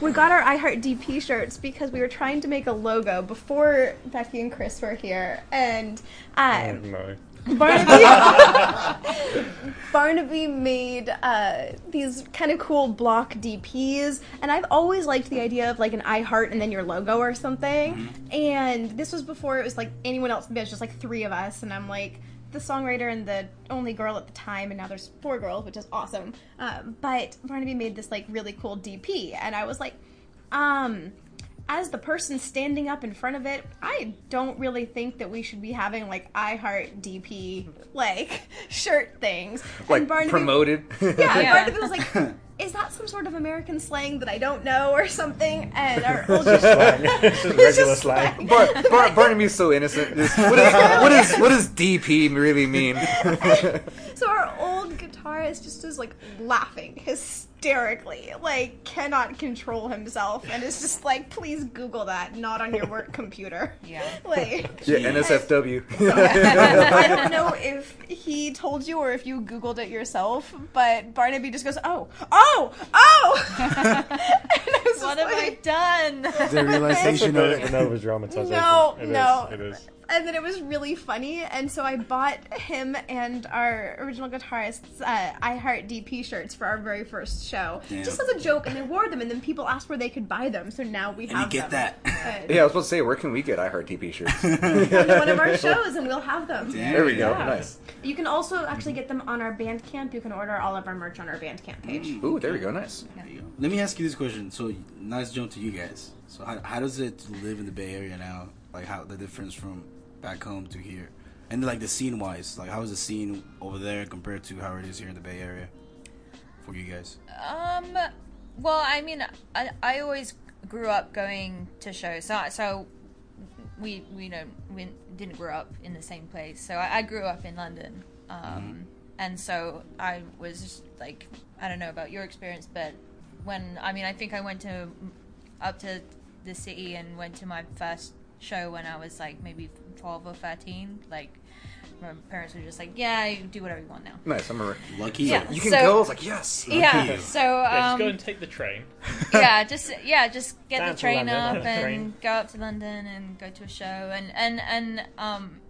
we got our iHeart DP shirts because we were trying to make a logo before Becky and Chris were here, and uh,
No.
Barnaby Barnaby made uh, these kind of cool block DPs, and I've always liked the idea of like an iHeart and then your logo or something. And this was before it was like anyone else. It was just like three of us, and I'm like the songwriter and the only girl at the time, and now there's four girls, which is awesome. Uh, but Barnaby made this like really cool DP, and I was like, um as the person standing up in front of it, I don't really think that we should be having like I heart DP like <laughs> shirt things.
Like promoted.
Yeah,
<laughs> Yeah.
Barnaby was like, "Is that some sort of American slang that I don't know or something?" And our old slang.
It's just regular
<laughs>
slang.
Bar- Bar- Barnaby's so
<laughs>
innocent. Just- What is, what is what does DP really mean?
<laughs> So our old guitarist just is like laughing hysterically, like cannot control himself, and is just like, "Please Google that, not on your work computer."
Yeah.
<laughs> Like.
Yeah,
<laughs>
NSFW.
<laughs>
I don't know if he told you or if you Googled it yourself, but Barnaby just goes, "Oh, oh, oh!" <laughs> and I was
What
just
have I <laughs>
like,
done?
the
That's a
realization
bit of an overdramatization.
No,
It is,
no.
It is.
and then it was really funny. And so I bought him and our original guitarist's uh, I Heart DP shirts for our very first show,
Damn.
just as a joke. And they wore them, and then people asked where they could buy them. So now we
And
have
you get
them.
that. <laughs>
<laughs>
But
Yeah, I was about to say, where can we get iHeartTP shirts?
Come to one of our shows, and we'll have them.
There we go.
Yeah.
Nice.
You can also actually get them on our Bandcamp. You can order all of our merch on our Bandcamp page.
Ooh, there we go. Nice.
There you go. Let me ask you this question. So, nice jump to you guys. So, how, how does it to live in the Bay Area now? Like, how the difference from back home to here, and like the scene wise, like how is the scene over there compared to how it is here in the Bay Area for you guys?
Um. Well, I mean, I, I always grew up going to shows, so so we we don't we didn't grow up in the same place. So I, I grew up in London, um, and so I was just like I don't know about your experience, but when I mean I think I went to up to the city and went to my first show when I was like maybe twelve or thirteen. Like my parents were just like, yeah, you do whatever you want now.
Nice. I'm a.
Lucky
Yeah.
you.
You can
So-
go. I was like, yes.
Yeah.
you.
So
Yeah, just
um,
go and take the train.
<laughs> yeah, just yeah, just get
Down
the
to
train
London,
up
down the
and
train.
go up to London and go to a show and and and um,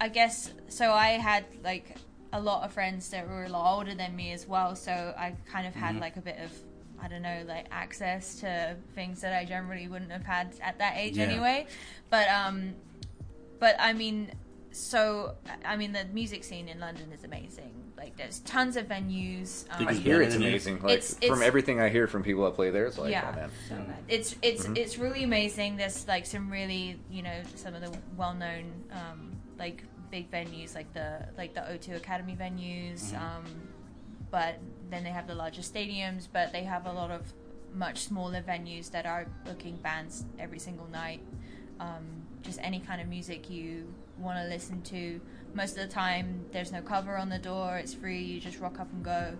I guess so. I had like a lot of friends that were a lot older than me as well, so I kind of
Mm-hmm.
had like a bit of I don't know like access to things that I generally wouldn't have had at that age
Yeah.
anyway. But um, but I mean, so I mean the music scene in London is amazing. Like there's tons of venues.
<laughs>
Um,
I
It's
hear
better
it's
than it.
amazing. Like
It's- it's-
from everything I hear from people that play there, it's like,
Yeah.
oh man.
Mm-hmm.
it's it's it's really amazing. There's like some really you know some of the well known um, like big venues like the like the O2 Academy venues, um, but then they have the larger stadiums, but they have a lot of much smaller venues that are booking bands every single night. Um, just any kind of music you want to listen to. Most of the time, there's no cover on the door. It's free. You just rock up and go.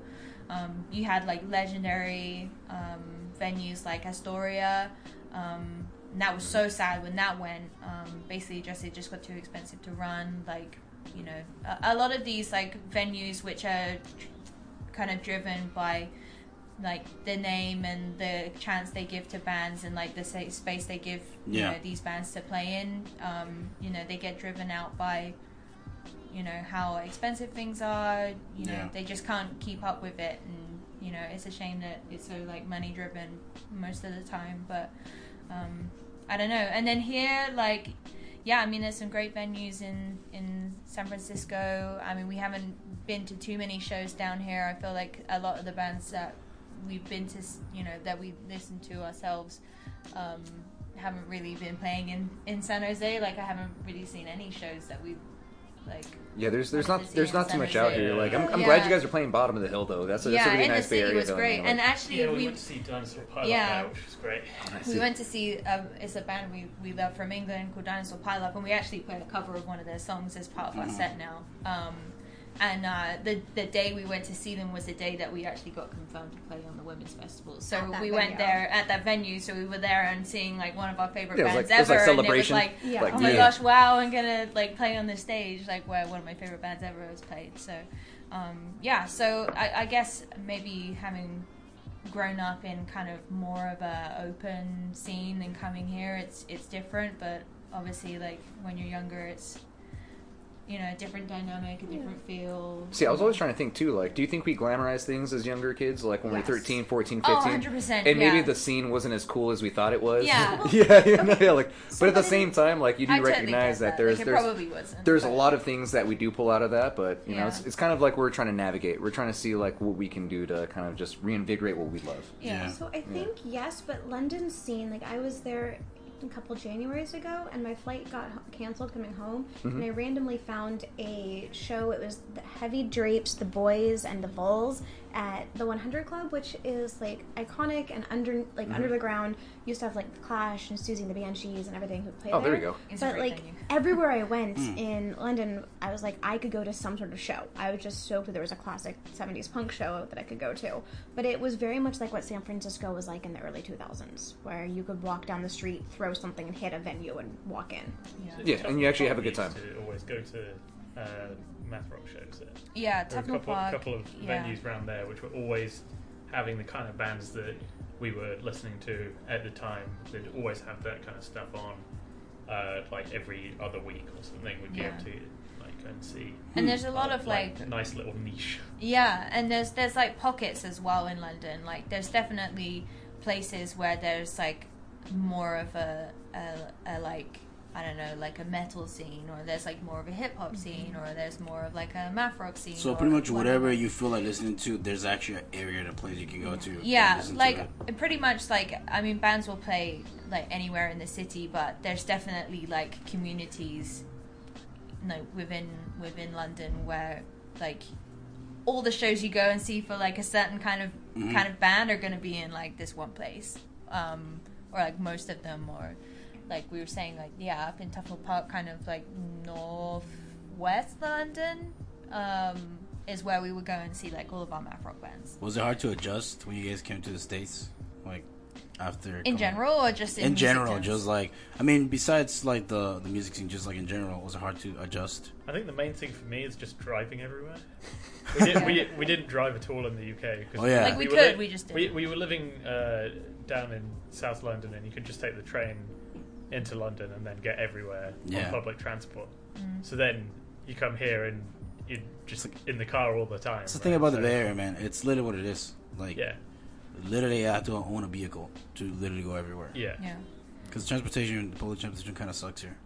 Um, you had like legendary um, venues like Astoria. Um, and that was so sad when that went. Um, basically, just it just got too expensive to run. Like you know, a, a lot of these like venues which are tr- kind of driven by like the name and the chance they give to bands and like the sa- space they give you
Yeah.
know these bands to play in. Um, you know, they get driven out by you know how expensive things are you know
Yeah.
they just can't keep up with it and you know it's a shame that it's so like money driven most of the time but um i don't know and then here like yeah i mean there's some great venues in in san francisco i mean we haven't been to too many shows down here i feel like a lot of the bands that we've been to s- you know that we listen to ourselves um haven't really been playing in in san jose like i haven't really seen any shows that we've like
Yeah, there's there's
Like
not
the
there's not too
scene
much
center.
out here. Like I'm, I'm
Yeah.
glad you guys are playing bottom of the hill though. That's a, that's a
yeah,
really
and
nice
the
Bay
city
Area
was
feeling,
great.
like-
And actually,
Yeah, we,
we
went to see Dinosaur Pilot
Yeah.
there, which was great.
I
we
see.
went to see um, it's a band we, we love from England called Dinosaur Pileup, and we actually played a cover of one of their songs as part of
Mm.
our set now. Um, and uh, the the day we went to see them was the day that we actually got confirmed to play on the Women's Festival. So
At that
we went
venue.
there at that venue. So we were there and seeing like one of our favorite
Yeah, it was
bands
like- it was
ever.
like celebration.
And it was like,
Yeah.
Like,
oh my
yeah.
gosh, wow! I'm gonna like play on this stage like where one of my favorite bands ever was played. So um, yeah, so I, I guess maybe having grown up in kind of more of a open scene than coming here it's it's different but obviously like when you're younger it's you know a different dynamic a different feel
See, I was always trying to think too. Like, do you think we glamorize things as younger kids? Like when
Yes.
we're 13, 14, 15?
Oh, 100%,
And maybe
yeah.
the scene wasn't as cool as we thought it was.
Yeah.
<laughs> yeah, you know, yeah, Like,
<laughs>
but at the
Somebody-
same time, like you do
I totally
recognize that,
get
there's
like, it
there's
probably wasn't
there's a
but-
lot of things that we do pull out of that. But you know,
Yeah.
it's, it's kind of like we're trying to navigate. We're trying to see like what we can do to kind of just reinvigorate what we love.
yeah,
So I think yes, but London's scene. Like I was there a couple Januaries ago, and my flight got h- canceled coming home, and I randomly found a show. It was the Heavy Drapes, The Boys, and The Vols at the 100 Club, which is like iconic and under like under the ground. Used to have like The Clash and Susie and the Banshees and everything who played
Oh,
there.
there you go.
It's a
but
great
like
venue.
everywhere I went in London, I was like, I could go to some sort of show. I was just stoked that there was a classic 70s punk show that I could go to. But it was very much like what San Francisco was like in the early 2000s, where you could walk down the street, throw something, and hit a venue and walk in.
yeah,
Yeah, and you actually have a good
Used
time.
To always go to uh, math rock shows there.
yeah
There were
Tufnell
a couple,
Park
couple of
yeah.
venues around there which were always having the kind of bands that we were listening to at the time. They'd always have that kind of stuff on. uh, like every other week or something. We'd be
Yeah.
able to like go and see.
And there's a lot
uh,
of like,
nice little niche.
yeah, and there's there's like pockets as well in London. Like there's definitely places where there's like more of a a, a like I don't know like a metal scene, or there's like more of a hip hop scene, or there's more of like a math rock scene.
Mm-hmm. So
or
pretty much whatever you feel like listening to, there's actually an area, a place you can go to. and
yeah
listen to
like
it.
pretty much like i mean bands will play like anywhere in the city but there's definitely like communities you know, within within london where like all the shows you go and see for like a certain kind of
Mhm.
kind of band are going to be in like this one place um or like most of them or like we were saying like yeah up in tuffnell park kind of like northwest london um is where we would go and see like all of our math rock bands
was it hard to adjust when you guys came to the states? Like after
in
coming-
general or just in,
In
music
general,
terms?
just like I mean, besides like the the music scene, just like in general, was it hard to adjust?
I think the main thing for me is just driving everywhere. We,
<laughs>
did, we, we didn't drive at all in the UK. 'cause
Oh, yeah.
Like, we
were
could, we just
We,
didn't.
we were living uh, down in South London, and you could just take the train into London and then get everywhere
Yeah.
on public transport.
Mm.
So then you come here and you're just in the car all the time.
That's the thing
right?
about the
So-
Bay Area, man. It's literally what it is. Like,
Yeah,
literally, I have to own a vehicle to literally go everywhere.
yeah.
yeah
Because transportation, the public transportation, kind of sucks here.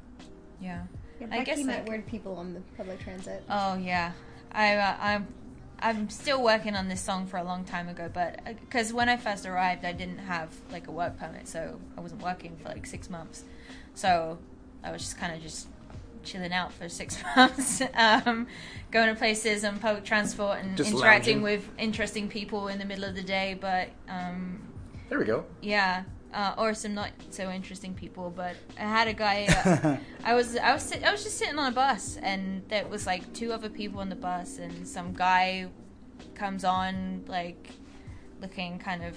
yeah
Yeah,
I
Becky
guess
met
like-
weird people on the public transit.
oh yeah i uh, i'm i'm still working on this song for a long time ago but because when i first arrived i didn't have like a work permit so i wasn't working for like six months so i was just kind of just chilling out for six <laughs> months um, going to places and public transport and
Just
interacting
lounging.
with interesting people in the middle of the day but um,
There we go.
Yeah, uh, or some not so interesting people. But I had a guy.
<laughs>
<laughs>
Uh, I was I was sit- I was just sitting on a bus, and there was like two other people on the bus, and some guy comes on like looking kind of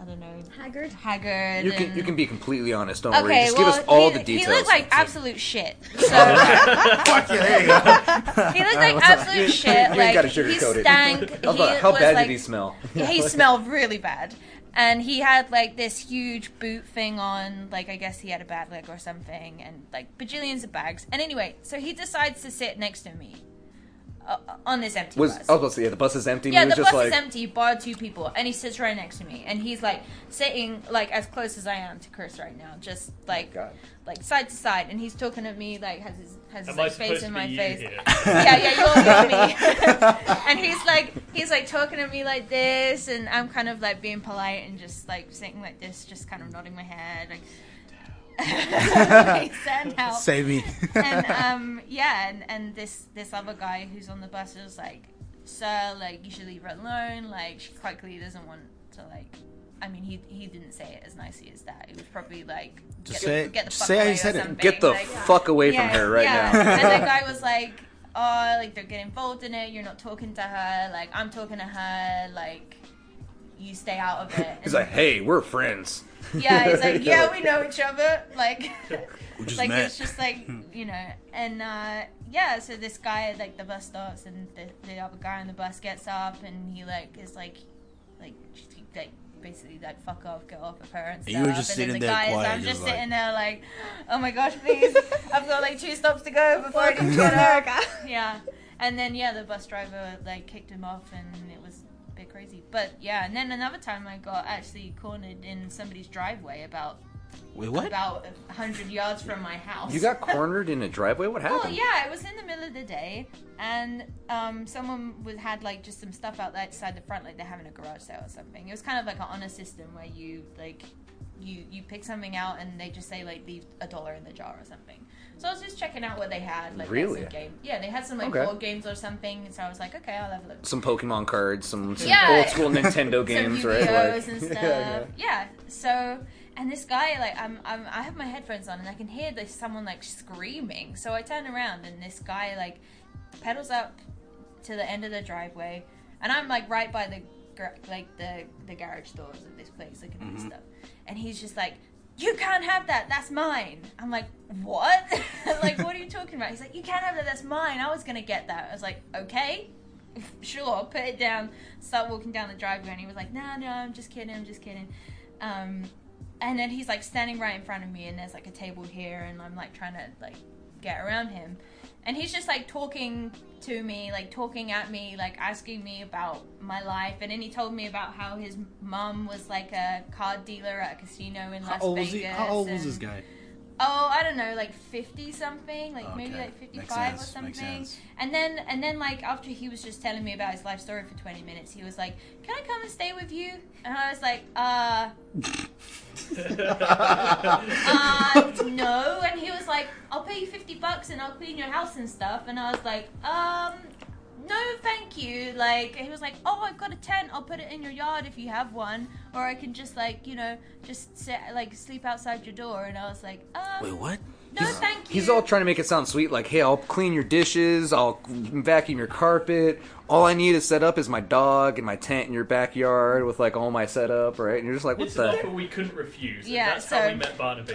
I don't know
Haggard.
haggard.
You can you
and-
can be completely honest. Don't worry.
Okay,
Just
well,
give us all
he,
the details.
He looked like absolute
<laughs>
shit. So
Fuck you. There you
<laughs>
go.
he
<laughs>
looked like absolute shit.
You ain't
like
gotta
he
sugarcoat it. <laughs>
stank.
How,
he
about- how
was,
bad
like,
did he smell? <laughs>
he smelled really bad. And he had like this huge boot thing on, like I guess he had a bad leg or something, and like bajillions of bags. And anyway, so he decides to sit next to me uh, on this empty
Was I
bus.
was about to say yeah, the bus is empty.
yeah,
he was
the
just
bus
like
is empty, bar two people, and he sits right next to me, and he's like sitting like as close as I am to Chris right now, just like
Oh God.
like side to side, and he's talking at me like has his has his
Am I
like, face
supposed
in
to
my
be you
face
here?
yeah, yeah,
<laughs>
you're, you're me. and he's like, he's like talking to me like this, and I'm kind of like being polite and just like sitting like this, just kind of nodding my head, like. <laughs> Like, "Send
<laughs>
help."
Save me.
and
<laughs>
um, yeah, and, and this this other guy who's on the bus is like, sir, like you should leave her alone. Like she quite clearly doesn't want to like. I mean, he he didn't say it as nicely as that. He was probably like,
Just
get
say
the,
it.
get the
Just
fuck
say how you
away or
said it.
something,
get the
like-
fuck away
yeah,
from her right
yeah.
now. <laughs>
and the guy was like, "Oh, like they're getting involved in it. You're not talking to her. Like I'm talking to her. Like you stay out of it."
He's
And-
like, hey, we're friends.
"Yeah,
<laughs>
he's like, yeah, we know each other. Like,
We just
like
met.
it's just like
Hmm.
you know." And uh, yeah, so this guy like the bus stops, and the, the other guy on the bus gets up, and he like is like, like, just, like basically like fuck off, get off of her and stuff.
And you were just
and then
sitting
the
there
guy is-
quiet,
I'm
just
just
like-
sitting there like, oh my gosh, please, I've got like two stops to go before I can get
Welcome to
up.
America.
Yeah, and then yeah, the bus driver like kicked him off, and it was a bit crazy. But yeah, and then another time I got actually cornered in somebody's driveway about
Wait, what?
about a hundred yards from my house.
You
<laughs>
got cornered in a driveway. What happened?
Well, Oh, yeah, it was in the middle of the day, and um, someone was, had like just some stuff out outside the front, like they're having a garage sale or something. It was kind of like an honor system where you like you you pick something out and they just say like leave a dollar in the jar or something. So I was just checking out what they had, like they had
Really?
some game. Yeah, they had some like
Okay.
board games or something. So I was like, okay, I'll have a look.
Some Pokemon cards, some, some
Yeah.
old
<laughs>
school Nintendo games,
some
right? Like-
Yu-Gi-Ohs and stuff.
<laughs> Yeah,
Yeah, So and this guy, like, I'm, I'm, I have my headphones on and I can hear this someone like screaming. So I turn around and this guy like pedals up to the end of the driveway, and I'm like right by the gar- like the the garage doors of this place, looking
Mm-hmm.
at this stuff, and he's just like. You can't have that. That's mine. I'm like, what? <laughs> like, what are you talking about? He's like, you can't have that. That's mine. I was gonna get that. I was like, okay, <laughs> sure, put it down, start walking down the driveway. And he was like, no, no, I'm just kidding, I'm just kidding. Um, and then he's like standing right in front of me, and there's like a table here, and I'm like trying to like get around him, and he's just like talking to me, like talking at me, like asking me about my life, and then he told me about how his mum was like a card dealer at a casino in
How
Las
old was
Vegas.
he? How old was
and-
this guy?
Oh, I don't know, like fifty something, like maybe
Okay. Makes
like fifty-five or
sense,
something.
makes sense.
And then, and then, like after he was just telling me about his life story for twenty minutes, he was like, "Can I come and stay with you?" And I was like, "Uh,
<laughs>
<laughs> uh, no." And he was like, "I'll pay you fifty bucks and I'll clean your house and stuff." And I was like, "Um, no, thank you." Like he was like, "Oh, I've got a tent. I'll put it in your yard if you have one, or I can just like you know just sit like sleep outside your door." And I was like, um,
Wait, what?
no, thank you.
He's all trying to make it sound sweet, like, hey, I'll clean your dishes, I'll vacuum your carpet. All I need to set up is my dog and my tent in your backyard with like all my setup, right? And you're just like, what
It's
<laughs>
an offer
the?
we couldn't refuse. and
Yeah,
that's how
so-
we
<laughs>
met Barnaby. <laughs>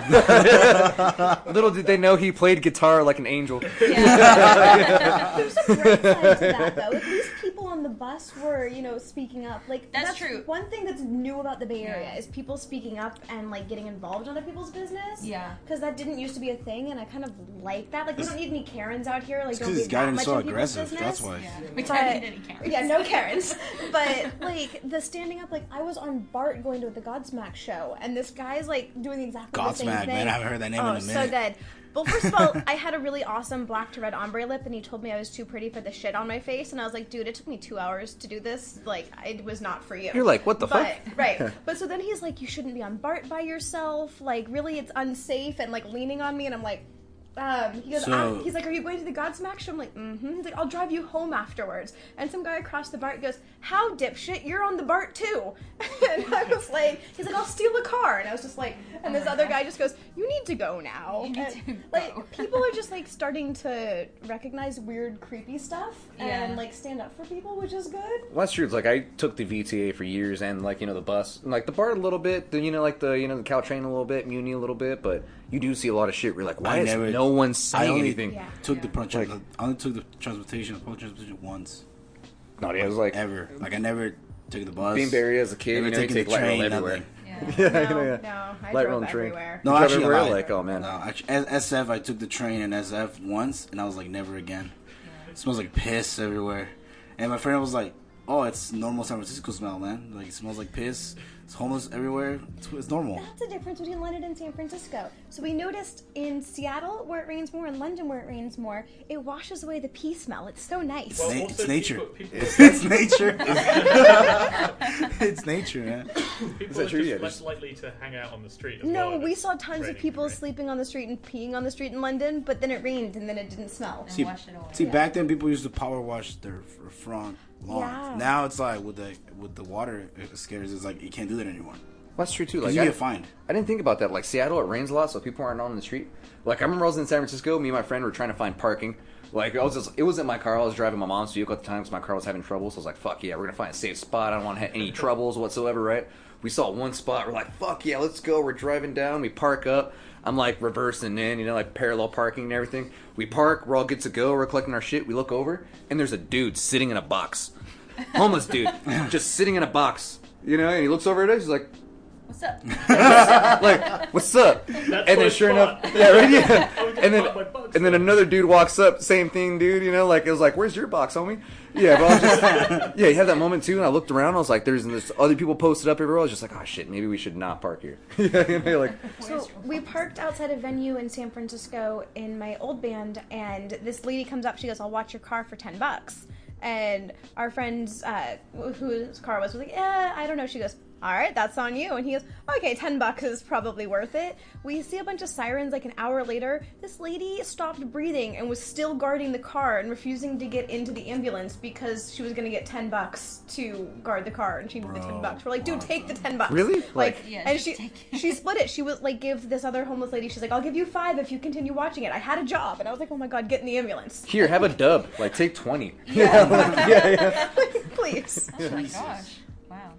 <laughs> Little did they know he played guitar like an angel. <laughs>
There's <laughs> a great side to that, though. At least people on the bus were, you know, speaking up. Like
That's true.
One thing that's new about the Bay Area
Yeah.
is people speaking up and like getting involved in other people's business.
Yeah.
Because that didn't used to be a thing, and I kind of like that. Like we don't need any Karens out here. Like
It's
don't
because
be
this
that
guy didn't
much
so
in people's
aggressive. That's
business.
why.
<laughs> We don't
But-
need any cameras.
Yeah, no Karens. But like the standing up, like I was on BART going to the Godsmack show, and this guy's like doing the exact same
Godsmack,
thing.
man. I haven't heard that name
oh,
in a
so
minute.
good. Well, first of
<laughs>
all, I had a really awesome black to red ombre lip, and he told me I was too pretty for the shit on my face, and I was like, dude, it took me two hours to do this. Like, it was not for you.
You're like, what the
But,
fuck?
<laughs>
Right. But so then he's like, you shouldn't be on BART by yourself. Like, really, it's unsafe, and like leaning on me, and I'm like. Um, he goes,
So-
"Ah," he's like, Are you going to the Godsmack show? I'm like, Mm hmm. He's like, I'll drive you home afterwards. And some guy across the BART goes, How dipshit, you're on the BART too. <laughs> and I was like, He's like, I'll steal a car. And I was just like, And this other guy just goes, You need to go now.
You need to
And, <laughs> like,
go. <laughs>
people are just like starting to recognize weird, creepy stuff
Yeah.
and like stand up for people, which is good.
Well, that's true. It's like I took the VTA for years, and like you know the bus, and, like the bar a little bit, the you know like the you know the Caltrain a little bit, Muni a little bit, but you do see a lot of shit. Where you're like, why
I
is
never-
no one
I
saying
only
anything?
Yeah.
took the punch. I only took the transportation, public transportation once
Naughty, I was like
ever. Like I never took the bus.
being buried as a kid. You
Never
know, you
taken the
take light rail
train.
everywhere.
nothing.
Yeah.
Yeah, you know,
No,
yeah.
no,
Light
I drove
rail and train.
everywhere.
No,
Drive
actually, I
everywhere,
lied.
like, oh, man.
No, actually, S- SF. I took the train in SF once, and I was like, never again. It smells like piss everywhere. And my friend was like, "Oh, it's normal San Francisco smell, man. Like it smells like piss. It's homeless everywhere. It's, it's normal."
That's the difference between London and San Francisco. So we noticed in Seattle where it rains more and London where it rains more, it washes away the pee smell. It's so nice.
Well-
also,
it's nature.
People, people,
<laughs> it's nature. it's nature, man.
people
that
are
true?
just
Yeah,
less
just-
likely to hang out on the street. As well,
no,
and
we
it's
saw tons of
raining,
people
right?
sleeping on the street and peeing on the street in London, but then it rained and then it didn't smell.
And
See,
wash it away.
see, back then people used to power wash their f- front lawns.
Yeah.
Now it's like with the with the water it scares. It's like you can't do that anymore.
Well, that's true too.
'Cause
Like
you
I-
get fined. <laughs>
I didn't think about that. Like Seattle, it rains a lot, so people aren't out on the street. Like I remember I was in San Francisco. Me and my friend were trying to find parking. Like I was just, it wasn't my car. I was driving my mom's vehicle at the time because my car was having trouble. So I was like, "Fuck yeah, we're gonna find a safe spot. I don't want to have any troubles whatsoever." Right? We saw one spot. We're like, "Fuck yeah, let's go." We're driving down. We park up. I'm like reversing in, you know, like parallel parking and everything. We park. We're all good to go. We're collecting our shit. We look over, and there's a dude sitting in a box, homeless dude, just sitting in a box. You know, and he looks over at us. He's like
What's up?
like, "What's
<laughs>
up?" and
my
then sure
spot.
enough, yeah, right, yeah.
<laughs> I was gonna
and then
pop my bugs
and then
there.
another dude walks up, same thing, dude. You know, like it was like, "Where's your box, homie?" Yeah, but I was just, <laughs> yeah, you had that moment too. And I looked around, I was like, "There's this other people posted up everywhere." I was just like, "Oh shit, maybe we should not park here." <laughs> yeah, you know, like
So we parked outside a venue in San Francisco in my old band, and this lady comes up. She goes, "I'll watch your car for ten bucks." And our friends, uh, wh- whose car was, was like, "Yeah, I don't know." She goes, "All right, that's on you." And he goes, "Okay, ten bucks is probably worth it." We see a bunch of sirens. Like an hour later, this lady stopped breathing and was still guarding the car and refusing to get into the ambulance because she was going to get ten bucks to guard the car, and she needed
Bro,
ten bucks. We're like, "Dude,
what
take the ten bucks."
Really?
Like,
Like-
Yeah,
and
just
she
take it.
she split it. She was like, give this other homeless lady. She's like, I'll give you five if you continue watching it. I had a job, and I was like, oh my god, get in the ambulance,
here, have a dub. Like take twenty. <laughs>
<laughs>
<laughs>
please.
Oh my gosh! Wow.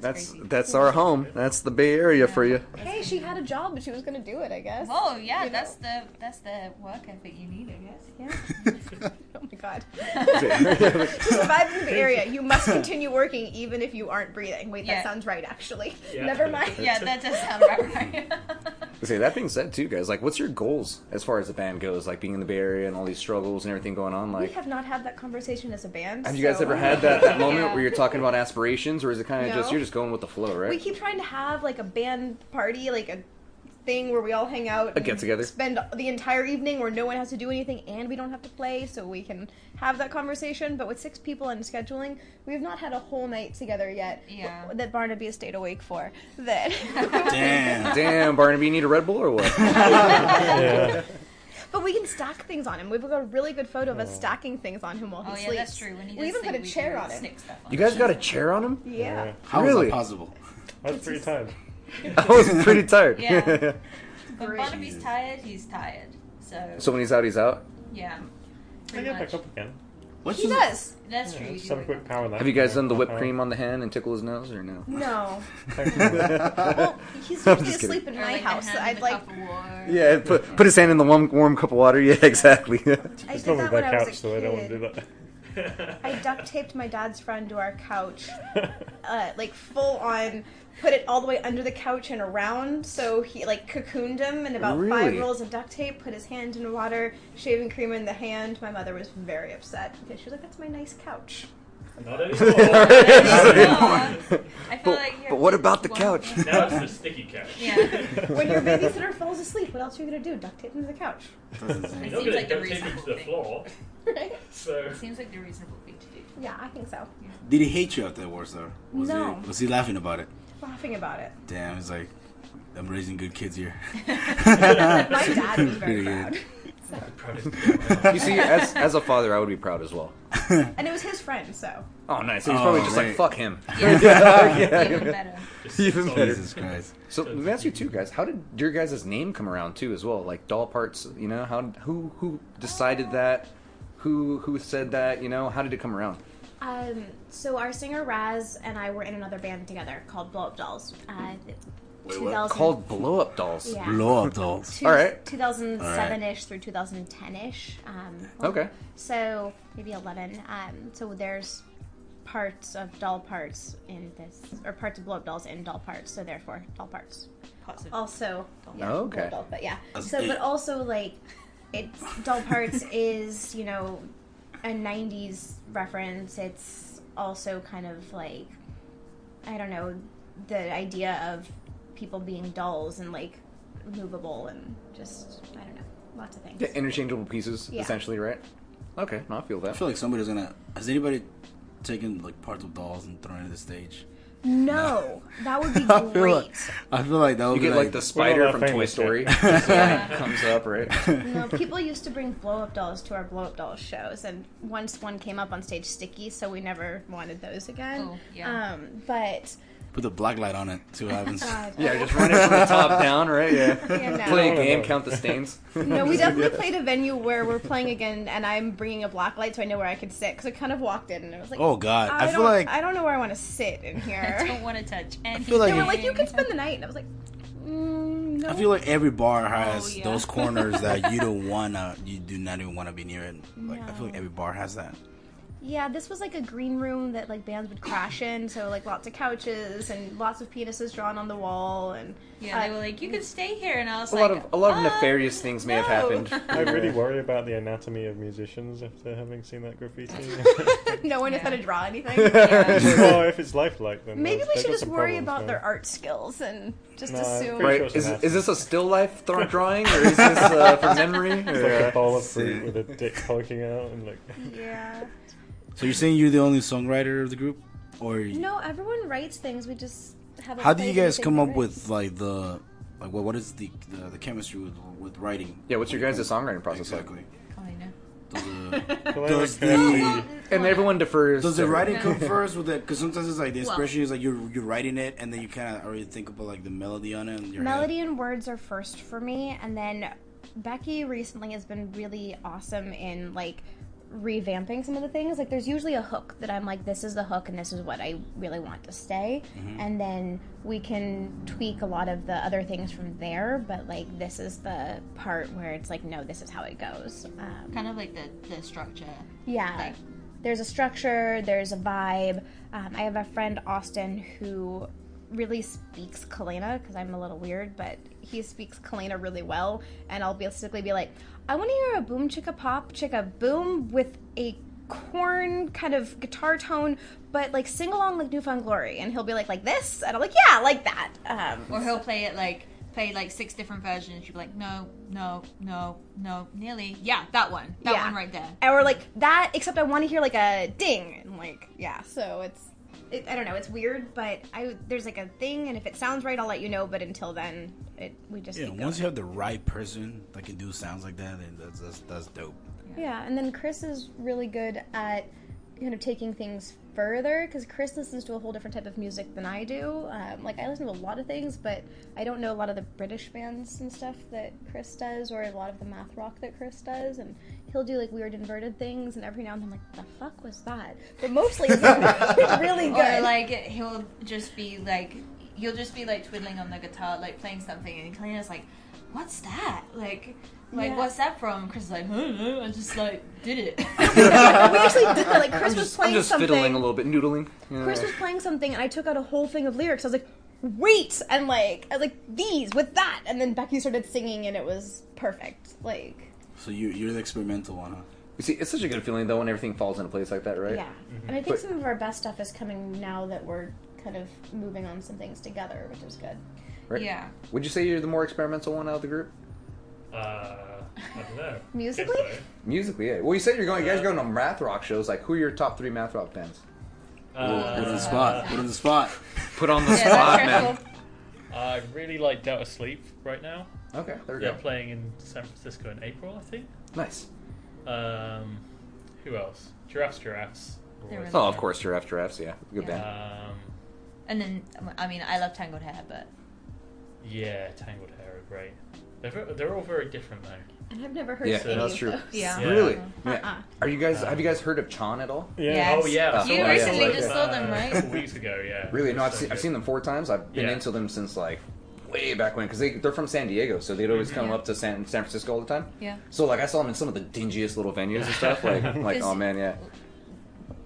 That's,
That's
crazy.
that's our home. That's the Bay Area for you.
hey, she had a job, but she was gonna do it, I guess.
Whoa, yeah,
you know.
that's the that's the work ethic you need, I guess.
Yeah. <laughs> oh
<laughs>
my god. <laughs>
That's it.
To survive in the area, you
<laughs>
must continue working even if you aren't breathing. Wait,
Yeah.
that sounds right actually.
Yeah.
Never mind.
Yeah, that does sound
<laughs>
about right.
See, that being said, too, guys, like, what's your goals as far as the band goes? Like, being in the Bay Area and all these struggles and everything going on?
We
Like,
have not had that conversation as a band.
have you guys
so-
ever had that, that
<laughs>
moment
Yeah.
where you're talking about aspirations, or is it kind of just,
No.
you're just going with the flow, right? <laughs>
We keep trying to have like a band party, like a thing where we all hang out,
A get-together.
and spend the entire evening where no one has to do anything, and we don't have to play, so we can have that conversation. But with six people and scheduling, we have not had a whole night together yet.
Yeah.
w- that Barnaby has stayed awake for. That, <laughs>
Damn.
Damn, Barnaby, you need a Red Bull or what?
Yeah.
but we can stack things on him. We've got a really good photo of
Oh.
us stacking things on him while he
oh yeah,
sleeps.
that's true. When he
we
does
even put
sleep,
a
we
chair
can
on him.
Stick stuff
<laughs>
on
You
him.
guys got a chair on him?
Yeah.
How is
Really?
that possible?
I was
<laughs>
pretty tired.
<laughs> I was pretty tired.
Yeah. When
Great.
Barnaby's tired, he's tired. So,
<laughs> so when he's out, he's out.
yeah,
I
pretty
get back
much.
up again.
What's
He
the-
does.
That's
Yeah,
true.
just have a quick power nap.
Have you guys done the whipped cream on the hand and tickle his nose or no?
No.
Well,
<laughs>
Well, he's
I'm
usually
just kidding.
asleep in my house. so I'd like.
<laughs> Yeah, put put his hand in the warm warm cup of water. <laughs> Yeah,
<laughs>
exactly.
I
It's
did
normally
that
their
when I was a
couch, so I don't want
kid.
to do that.
I duct taped my dad's friend to our couch, uh, like full on, put it all the way under the couch and around. So he like cocooned him in about five
Really?
rolls of duct tape, put his hand in water, shaving cream in the hand. My mother was very upset because she was like, "That's my nice couch."
Not anymore.
<laughs> I feel
but,
like you
but
have
what
to
about the
one-
couch? <laughs>
now it's the sticky couch.
Yeah,
When your babysitter falls asleep, what else are you gonna do? Duct tape him to the couch, <laughs>
That's insane.
It
You're not
seems
going
like the
to take him
reasonable
to the
thing.
floor,
right?
so.
it seems like the reasonable thing to
<laughs>
do.
Yeah, I think so.
<laughs> Did he hate you after war, sir? Was
No.
He, was he laughing about it?
Laughing about it.
Damn, he's like, I'm raising good kids
<laughs>
here.
My dad was very
Pretty good.
proud,
You see, as as a father, I would be proud as well.
and it
<laughs>
was his friend, so
Oh, nice. So he's
Oh,
probably just like
right.
fuck him. <laughs>
Even
<laughs>
better.
<laughs>
Even better.
Jesus Christ.
So let me ask you too, guys. How did your guys' name come around too, as well? Like doll parts, you know? How who who decided that? Who who said that? You know? How did it come around?
Um, so our singer Raz and I were in another band together called Blow Up Dolls. Uh, th-
Wait, what?
2000
Called blow up dolls.
Yeah.
Blow up dolls.
two-
All right.
2007-ish through 2010-ish. Um,
Okay.
So maybe 11. Um, so there's parts of doll parts in this, or parts of Blow Up Dolls in doll parts. So therefore, doll parts.
Pots of-
Also,
Oh,
yeah,
Okay.
Blow Up Dolls, but yeah.
That's
So, but
eight.
also like, it's doll <laughs> parts is you know a 90s reference. It's also kind of like, I don't know, the idea of people being dolls and like movable and just, I don't know, lots of things.
Yeah, interchangeable pieces,
Yeah.
essentially, right? Okay, no, I feel
I
that.
feel like somebody's gonna. Has anybody taken like parts of dolls and thrown it at the stage?
No, that would
<laughs>
be
I feel like,
great.
I feel like that would
You
be
get like
like,
the spider
that
from
famous
Toy Story
yet.
<laughs>
uh, comes up, right?
No, people used to bring blow up dolls to our blow up dolls shows, and once one came up on stage sticky, so we never wanted those again.
Oh, yeah.
Um, but
put the black light on it. See what happens.
Uh,
<laughs> Yeah, just run it from the
<laughs>
top down, right?
<laughs>
Yeah.
you know.
<laughs> Play a game, count the stains.
<laughs>
<laughs>
No, we definitely played a venue where we're playing again, and I'm bringing a black light so I know where I could sit. Because I kind of walked in and I was like,
oh God, I,
I,
feel
don't-
like
I don't know where I want to sit
<laughs>
in
I
here."
don't want to touch anything.
feel like
<laughs> they were
don't-
like, "You can spend the night," and I was like, mm, "No."
I feel like every
Oh,
bar has
yeah.
those corners that you
<laughs>
don't wanna, you do not even wanna be near it. Like I feel like
No.
every bar has that.
yeah, this was like a green room that like bands would crash in, so like lots of couches and lots of penises drawn on the wall, and <laughs>
Yeah, they
uh,
were like, you can stay here, and I was
A lot
like,
of a lot of
"Uh, <laughs>
nefarious things may have
no."
happened.
<laughs> I really worry about the anatomy of musicians after having seen
<laughs>
that graffiti.
no one knows how to
Yeah.
<laughs>
draw
<laughs>
anything.
Yeah.
well, if it's lifelike, then
Maybe
there's-
we
they've
should
got
just
some
worry
problems,
about
man.
their art skills and just
No, I'm
assume.
pretty
Right?
sure it's
Is,
an
is this
accident.
a still
<laughs>
life th- drawing or is this uh, from memory?
It's like a
Or, uh,
bowl of fruit with a dick poking out
<laughs>
and like.
Yeah.
So you're saying you're the only songwriter of the group, or
No, everyone writes things. We just have.
how do you guys come up with like the like what what is the the, the chemistry with with writing?
yeah, what's your guys' songwriting process
Exactly.
Oh, I know.
Does, the,
Can I,
Does
like, have
the-
the-
like? And everyone defers.
does the
to-
writing
<laughs>
No.
come first with it? Because sometimes it's like the
Well-
expression is like you're you're writing it and then you kind of already think about like the melody on it. In your
Melody
Head.
and words are first for me, and then Becky recently has been really awesome in like revamping some of the things. Like there's usually a hook that I'm like, this is the hook, and this is what I really want to stay.
Mm-hmm.
And then we can tweak a lot of the other things from there. But like this is the part where it's like, no, this is how it goes. Um,
Kind of like the, the structure.
yeah.
Like-
there's a structure, there's a vibe. Um, I have a friend, Austin, who really speaks Kalena because I'm a little weird, but he speaks Kalena really well. And I'll basically be like, I want to hear a boom chicka pop chicka boom with a corn kind of guitar tone, but like sing along like Newfound Glory. And he'll be like, like this? And I'm like, yeah, like that. Um,
Or he'll play it like play like six different versions. You'll be like, no, no, no, no, nearly. Yeah, that one. That
Yeah.
one right there.
or like that except i want to hear like a ding and like yeah so it's it, i don't know it's weird but i there's like a thing and if it sounds right i'll let you know but until then it we just
Yeah,
keep
once you
going.
have the right person that can do sounds like that, then that's that's, that's dope.
yeah and then chris is really good at kind of taking things further because chris listens to a whole different type of music than i do um, like i listen to a lot of things but i don't know a lot of the british bands and stuff that chris does or a lot of the math rock that chris does and he'll do like weird inverted things and every now and then i'm like the fuck was that
<laughs>
but mostly it's really good
Or like he'll just be like you'll just be like twiddling on the guitar, like playing something and Kalina's like, What's that? Like like
Yeah.
what's that from? Chris is like, I don't know, I just like did it.
<laughs> we <laughs> actually did that. Like Chris was
I'm
playing
just fiddling
something.
a little bit, noodling. Yeah.
Chris was playing something, and I took out a whole thing of lyrics. I was like, "Wait!" and like, I was like these with that, and then Becky started singing, and it was perfect. Like,
So you you're the experimental one, huh?
You see, it's such a good feeling though when everything falls into place like that, right?
yeah. And I think
But-
some of our best stuff is coming now that we're kind of moving on some things together, which is good.
Right.
Yeah.
Would you say you're the more experimental one out of the group?
Uh, I don't know.
Musically?
Guess
Musically, yeah. Well, you said you're going. You guys are going to math rock shows. Like, who are your top three math rock bands?
so.
Put on the
Uh,
spot. Put on the spot.
Put on the
that's
spot, man.
I really like Delta Sleep right now.
Okay, there we
They're
go.
playing in San Francisco in April, I think.
Nice.
Um, who else? Giraffes, Giraffes. are
They're
always
really
Oh, of
there.
course, Giraffe Giraffes. Yeah, good
Yeah.
band.
Um,
And then I mean I love tangled hair, but
yeah, Tangled Hair are great. They're, ve- they're all very different though.
And I've never heard.
Yeah,
any
that's
of
true.
those.
yeah.
Yeah.
Really?
Uh-uh.
Yeah. Are you guys? Have you guys heard of Chan at all?
Yes.
Oh yeah, I
You
saw them
recently
like, uh,
just
saw them, right?
A couple weeks ago, yeah.
Really? No, I've
So
seen, I've
good.
seen them four times. I've been
Yeah.
into them since like way back when because they they're from San Diego, so they'd always come
Mm-hmm.
Yeah.
up to San San Francisco all the time.
Yeah.
So like I saw them in some of the dingiest little venues and stuff.
<laughs>
Like I'm like
Is-
oh man, yeah.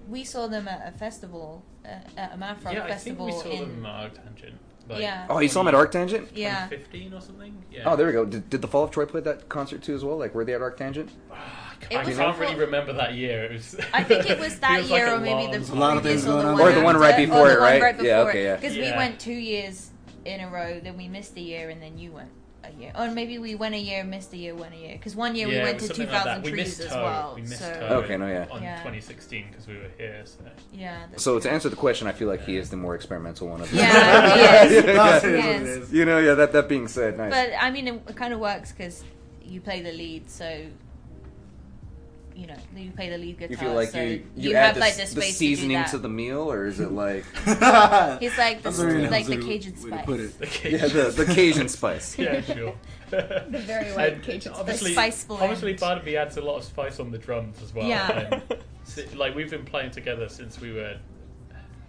We saw them at a festival, uh, at a math rock
Yeah, I think
festival
we saw
in
them uh, at Arctangent. Like,
Yeah.
Oh, you saw them at Arctangent?
yeah.
2015 or something. Yeah.
Oh, there we go. Did, did the Fall of Troy play that concert too as well? Like were they at Arctangent?
It
Ah, I
was
can't
awful.
really remember that year. It was.
I think it
<laughs>
was that
feels like
year,
a
or maybe the
a lot of
previous
things going
the
on.
one
Or the one
right
after, or
before
the
it,
one
right?
right
Yeah,
before
okay,
it.
yeah.
Because we
Yeah.
went two years in a row, then we missed a year, and then you went a year, or maybe we went a year, missed a year, went a year. Because one year
yeah,
we
it
went
was
to
something
2000
like that. We
trees
missed
as
Toe.
well.
We missed
so
Toe
Okay, no, yeah.
On
Yeah.
2016 because we were here.
<laughs>
So.
yeah, that's
So to
true.
answer the question, I feel like he is the more experimental one of <laughs> them.
yeah, it
<laughs>
is.
That's
Yeah.
what it
Yes.
is.
You know, yeah. That that being said, nice.
But I mean, it, it kind of works because you play the lead, so. You know, you play the lead guitar.
you feel like
so
you you,
have
add the,
like the
s-
space
the
to,
seasoning
do that.
to the meal, or is it
<laughs>
<laughs>
like <laughs>
He's like the
That's a really
like the
nice
Cajun
way to
spice.
Put it.
Okay.
yeah, the, the
<laughs>
Cajun spice?
yeah, sure. the <laughs>
very white Cajun spice.
Obviously,
Spice blend.
obviously Barnaby adds a lot of spice on the drums as well.
Yeah.
<laughs>
And si- like we've been playing together since we were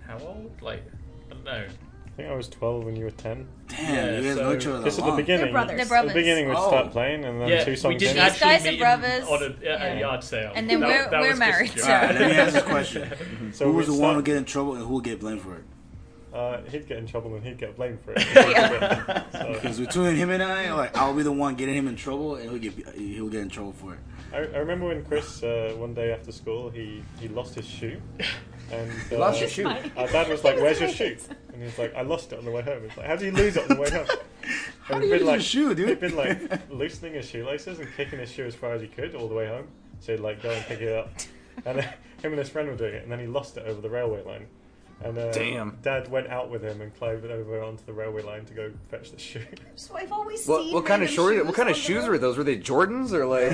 how old? Like I don't know.
I think I was 12 and you were 10.
Damn,
Yeah,
you guys
so
know each other
This at
long.
the beginning.
They're brothers. They're
brothers.
At the beginning, we'd
Oh.
start playing, and then
yeah,
two songs
we didn't
in.
These
actually
guys are
meet
brothers.
him on a, at
Yeah.
a yard sale.
And then
That-
we're-
that
we're
was just a
married,
joke.
so-
All right, let me ask this question:
<laughs>
<laughs>
So
Who was the
we'd
one who
start-
get in trouble and who would get blamed for it?
Uh, he'd get in trouble and he'd get blamed for
<laughs>
it. So,
Because between him and I, like I'll be the one getting him in trouble, and he'll get he'll get in trouble for it.
I, I remember when Chris, uh, one day after school, he, he lost his shoe. And, uh,
Lost your shoe.
Our dad was like,
<laughs>
"Where's your shoe?" And he was like, <laughs> "I lost it on the way home." It's like, "How do you lose it on
<laughs>
the way home?" How
do you lose your shoe, dude?
He'd been
<laughs>
like loosening his shoelaces and kicking his shoe as far as he could all the way home. <laughs> So he'd like go and pick it up, and then him and his friend were doing it, and then he lost it over the railway line. And uh,
Damn.
Dad went out with him and climbed over onto the railway line to go fetch the shoe.
So I've always
What,
seen
what kind of
random
short? What kind of
on the
shoes
road.
were those? Were they Jordans or <laughs> like?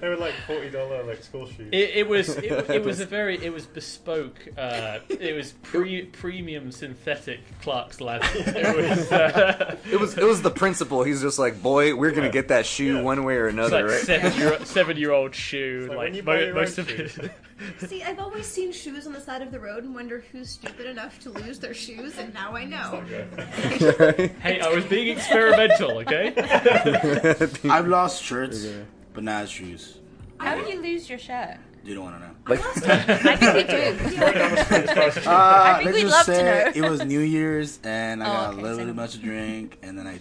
they were like forty dollar like school shoes.
It, it was it, it was a very it was bespoke. Uh, it was pre, premium synthetic Clark's leather. <laughs> It was, uh,
It was it was the principal. He's just like, boy, we're gonna
Yeah.
get that shoe
Yeah.
one way or
it's
another,
like
right?
seven year seven year old shoe.
like when
like
you buy
mo-
your own
most of
shoes.
it.
See, I've always seen shoes on the side of the road and wonder who's stupid enough to lose their shoes, and now I know.
<laughs>
<laughs>
Hey, I was being experimental. Okay.
<laughs>
<laughs>
I've lost shirts, but not shoes.
How do you lose your shirt?
You don't want to know.
<laughs>
I think we do. <laughs>
Uh,
think
let's
we'd
just
love to
say
know.
it was New Year's, and I
Oh,
got
okay,
a little
so-
bit much drink, and then I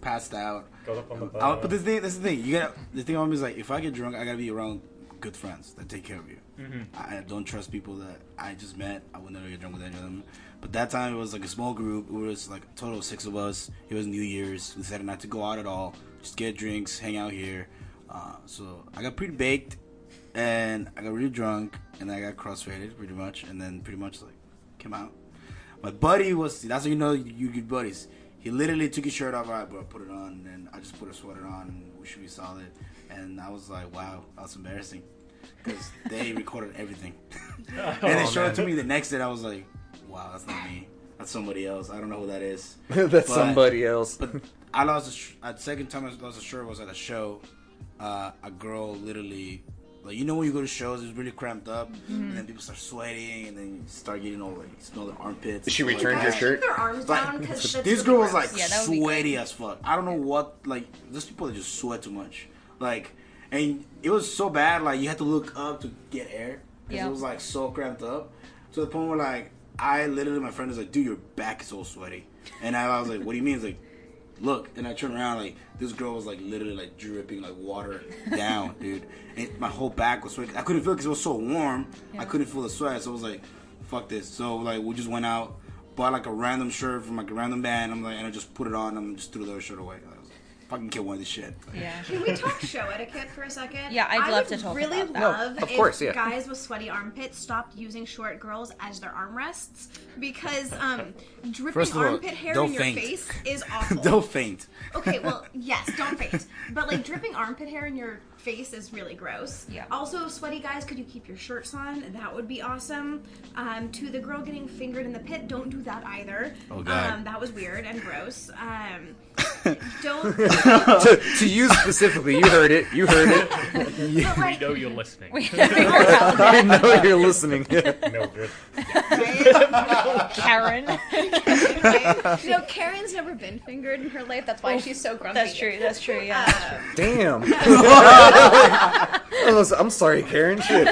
passed out.
Got up on the bar.
I, but this thing, this is the thing. You got the thing. Always like, if I get drunk, I gotta be around good friends that take care of you.
Mm.
I, I don't trust people that I just met. I would never get drunk with any of them. But that time it was like a small group. It was like a total of six of us. It was New Year's. We decided not to go out at all. Just get drinks, hang out here. Uh, so I got pretty baked, and I got really drunk, and I got cross-faded pretty much, and then pretty much like came out. My buddy was. That's how you know you you good buddies. He literally took his shirt off. All right, bro, put it on, and I just put a sweater on, and we should be solid. And I was like, wow, that's embarrassing, because they recorded everything, and they showed it to me the next day. and I was like, wow, that's not me. That's somebody else. I don't know who that is.
<laughs> That's
But-
somebody else.
But I lost. A sh- uh, the second time I lost a shirt was at a show. Uh, a girl literally, like you know when you go to shows, it's really cramped up, and then people start sweating, and then you start getting all like smell their armpits. and
She
stuff like
returned your
that.
shirt.
Their arms
Like,
down
<laughs>
because
This girl was like
Yeah, that would be
sweaty as fuck. I don't know what like there's people that just sweat too much. Like and it was so bad like you had to look up to get air because
Yeah.
it was like so cramped up to the point where like I literally my friend is like, dude, your back is all sweaty, and I, I was like, what do you mean? It's like look, and I turned around like this girl was like literally like dripping like water down, <laughs> dude. And my whole back was sweating. I couldn't feel because it, was so warm. I couldn't feel the sweat, so I was like, fuck this. So like we just went out, bought like a random shirt from like a random band. I'm like, and I just put it on. and just threw the other shirt away. I was like, fucking kill one of this shit. <laughs>
<laughs> Yeah.
Can we talk show etiquette for a second?
Yeah, I'd
I
love
would
to talk
really
about that.
love
No, of
if
course, yeah.
guys with sweaty armpits stopped using short girls as their armrests because um, dripping
First of all,
armpit hair
don't
in your
faint. <laughs>
face is awful.
Don't faint.
Okay, well, yes, don't faint. But like dripping armpit hair in your face is really gross.
Yeah.
Also, sweaty guys, could you keep your shirts on? That would be awesome. Um, to the girl getting fingered in the pit, don't do that either.
Oh, God.
Um, that was weird and gross.
<laughs>
Um, don't.
<laughs> to, to you specifically, you heard it. You heard <laughs> it.
But
We
like,
know you're listening.
I know you're listening. <laughs>
No good.
Karen.
anyway, no, Karen's never been fingered in her life. That's why she's so grumpy.
Oh, That's true. That's true. Yeah.
<laughs> Damn. I was- I'm sorry, Karen. <laughs> Shit.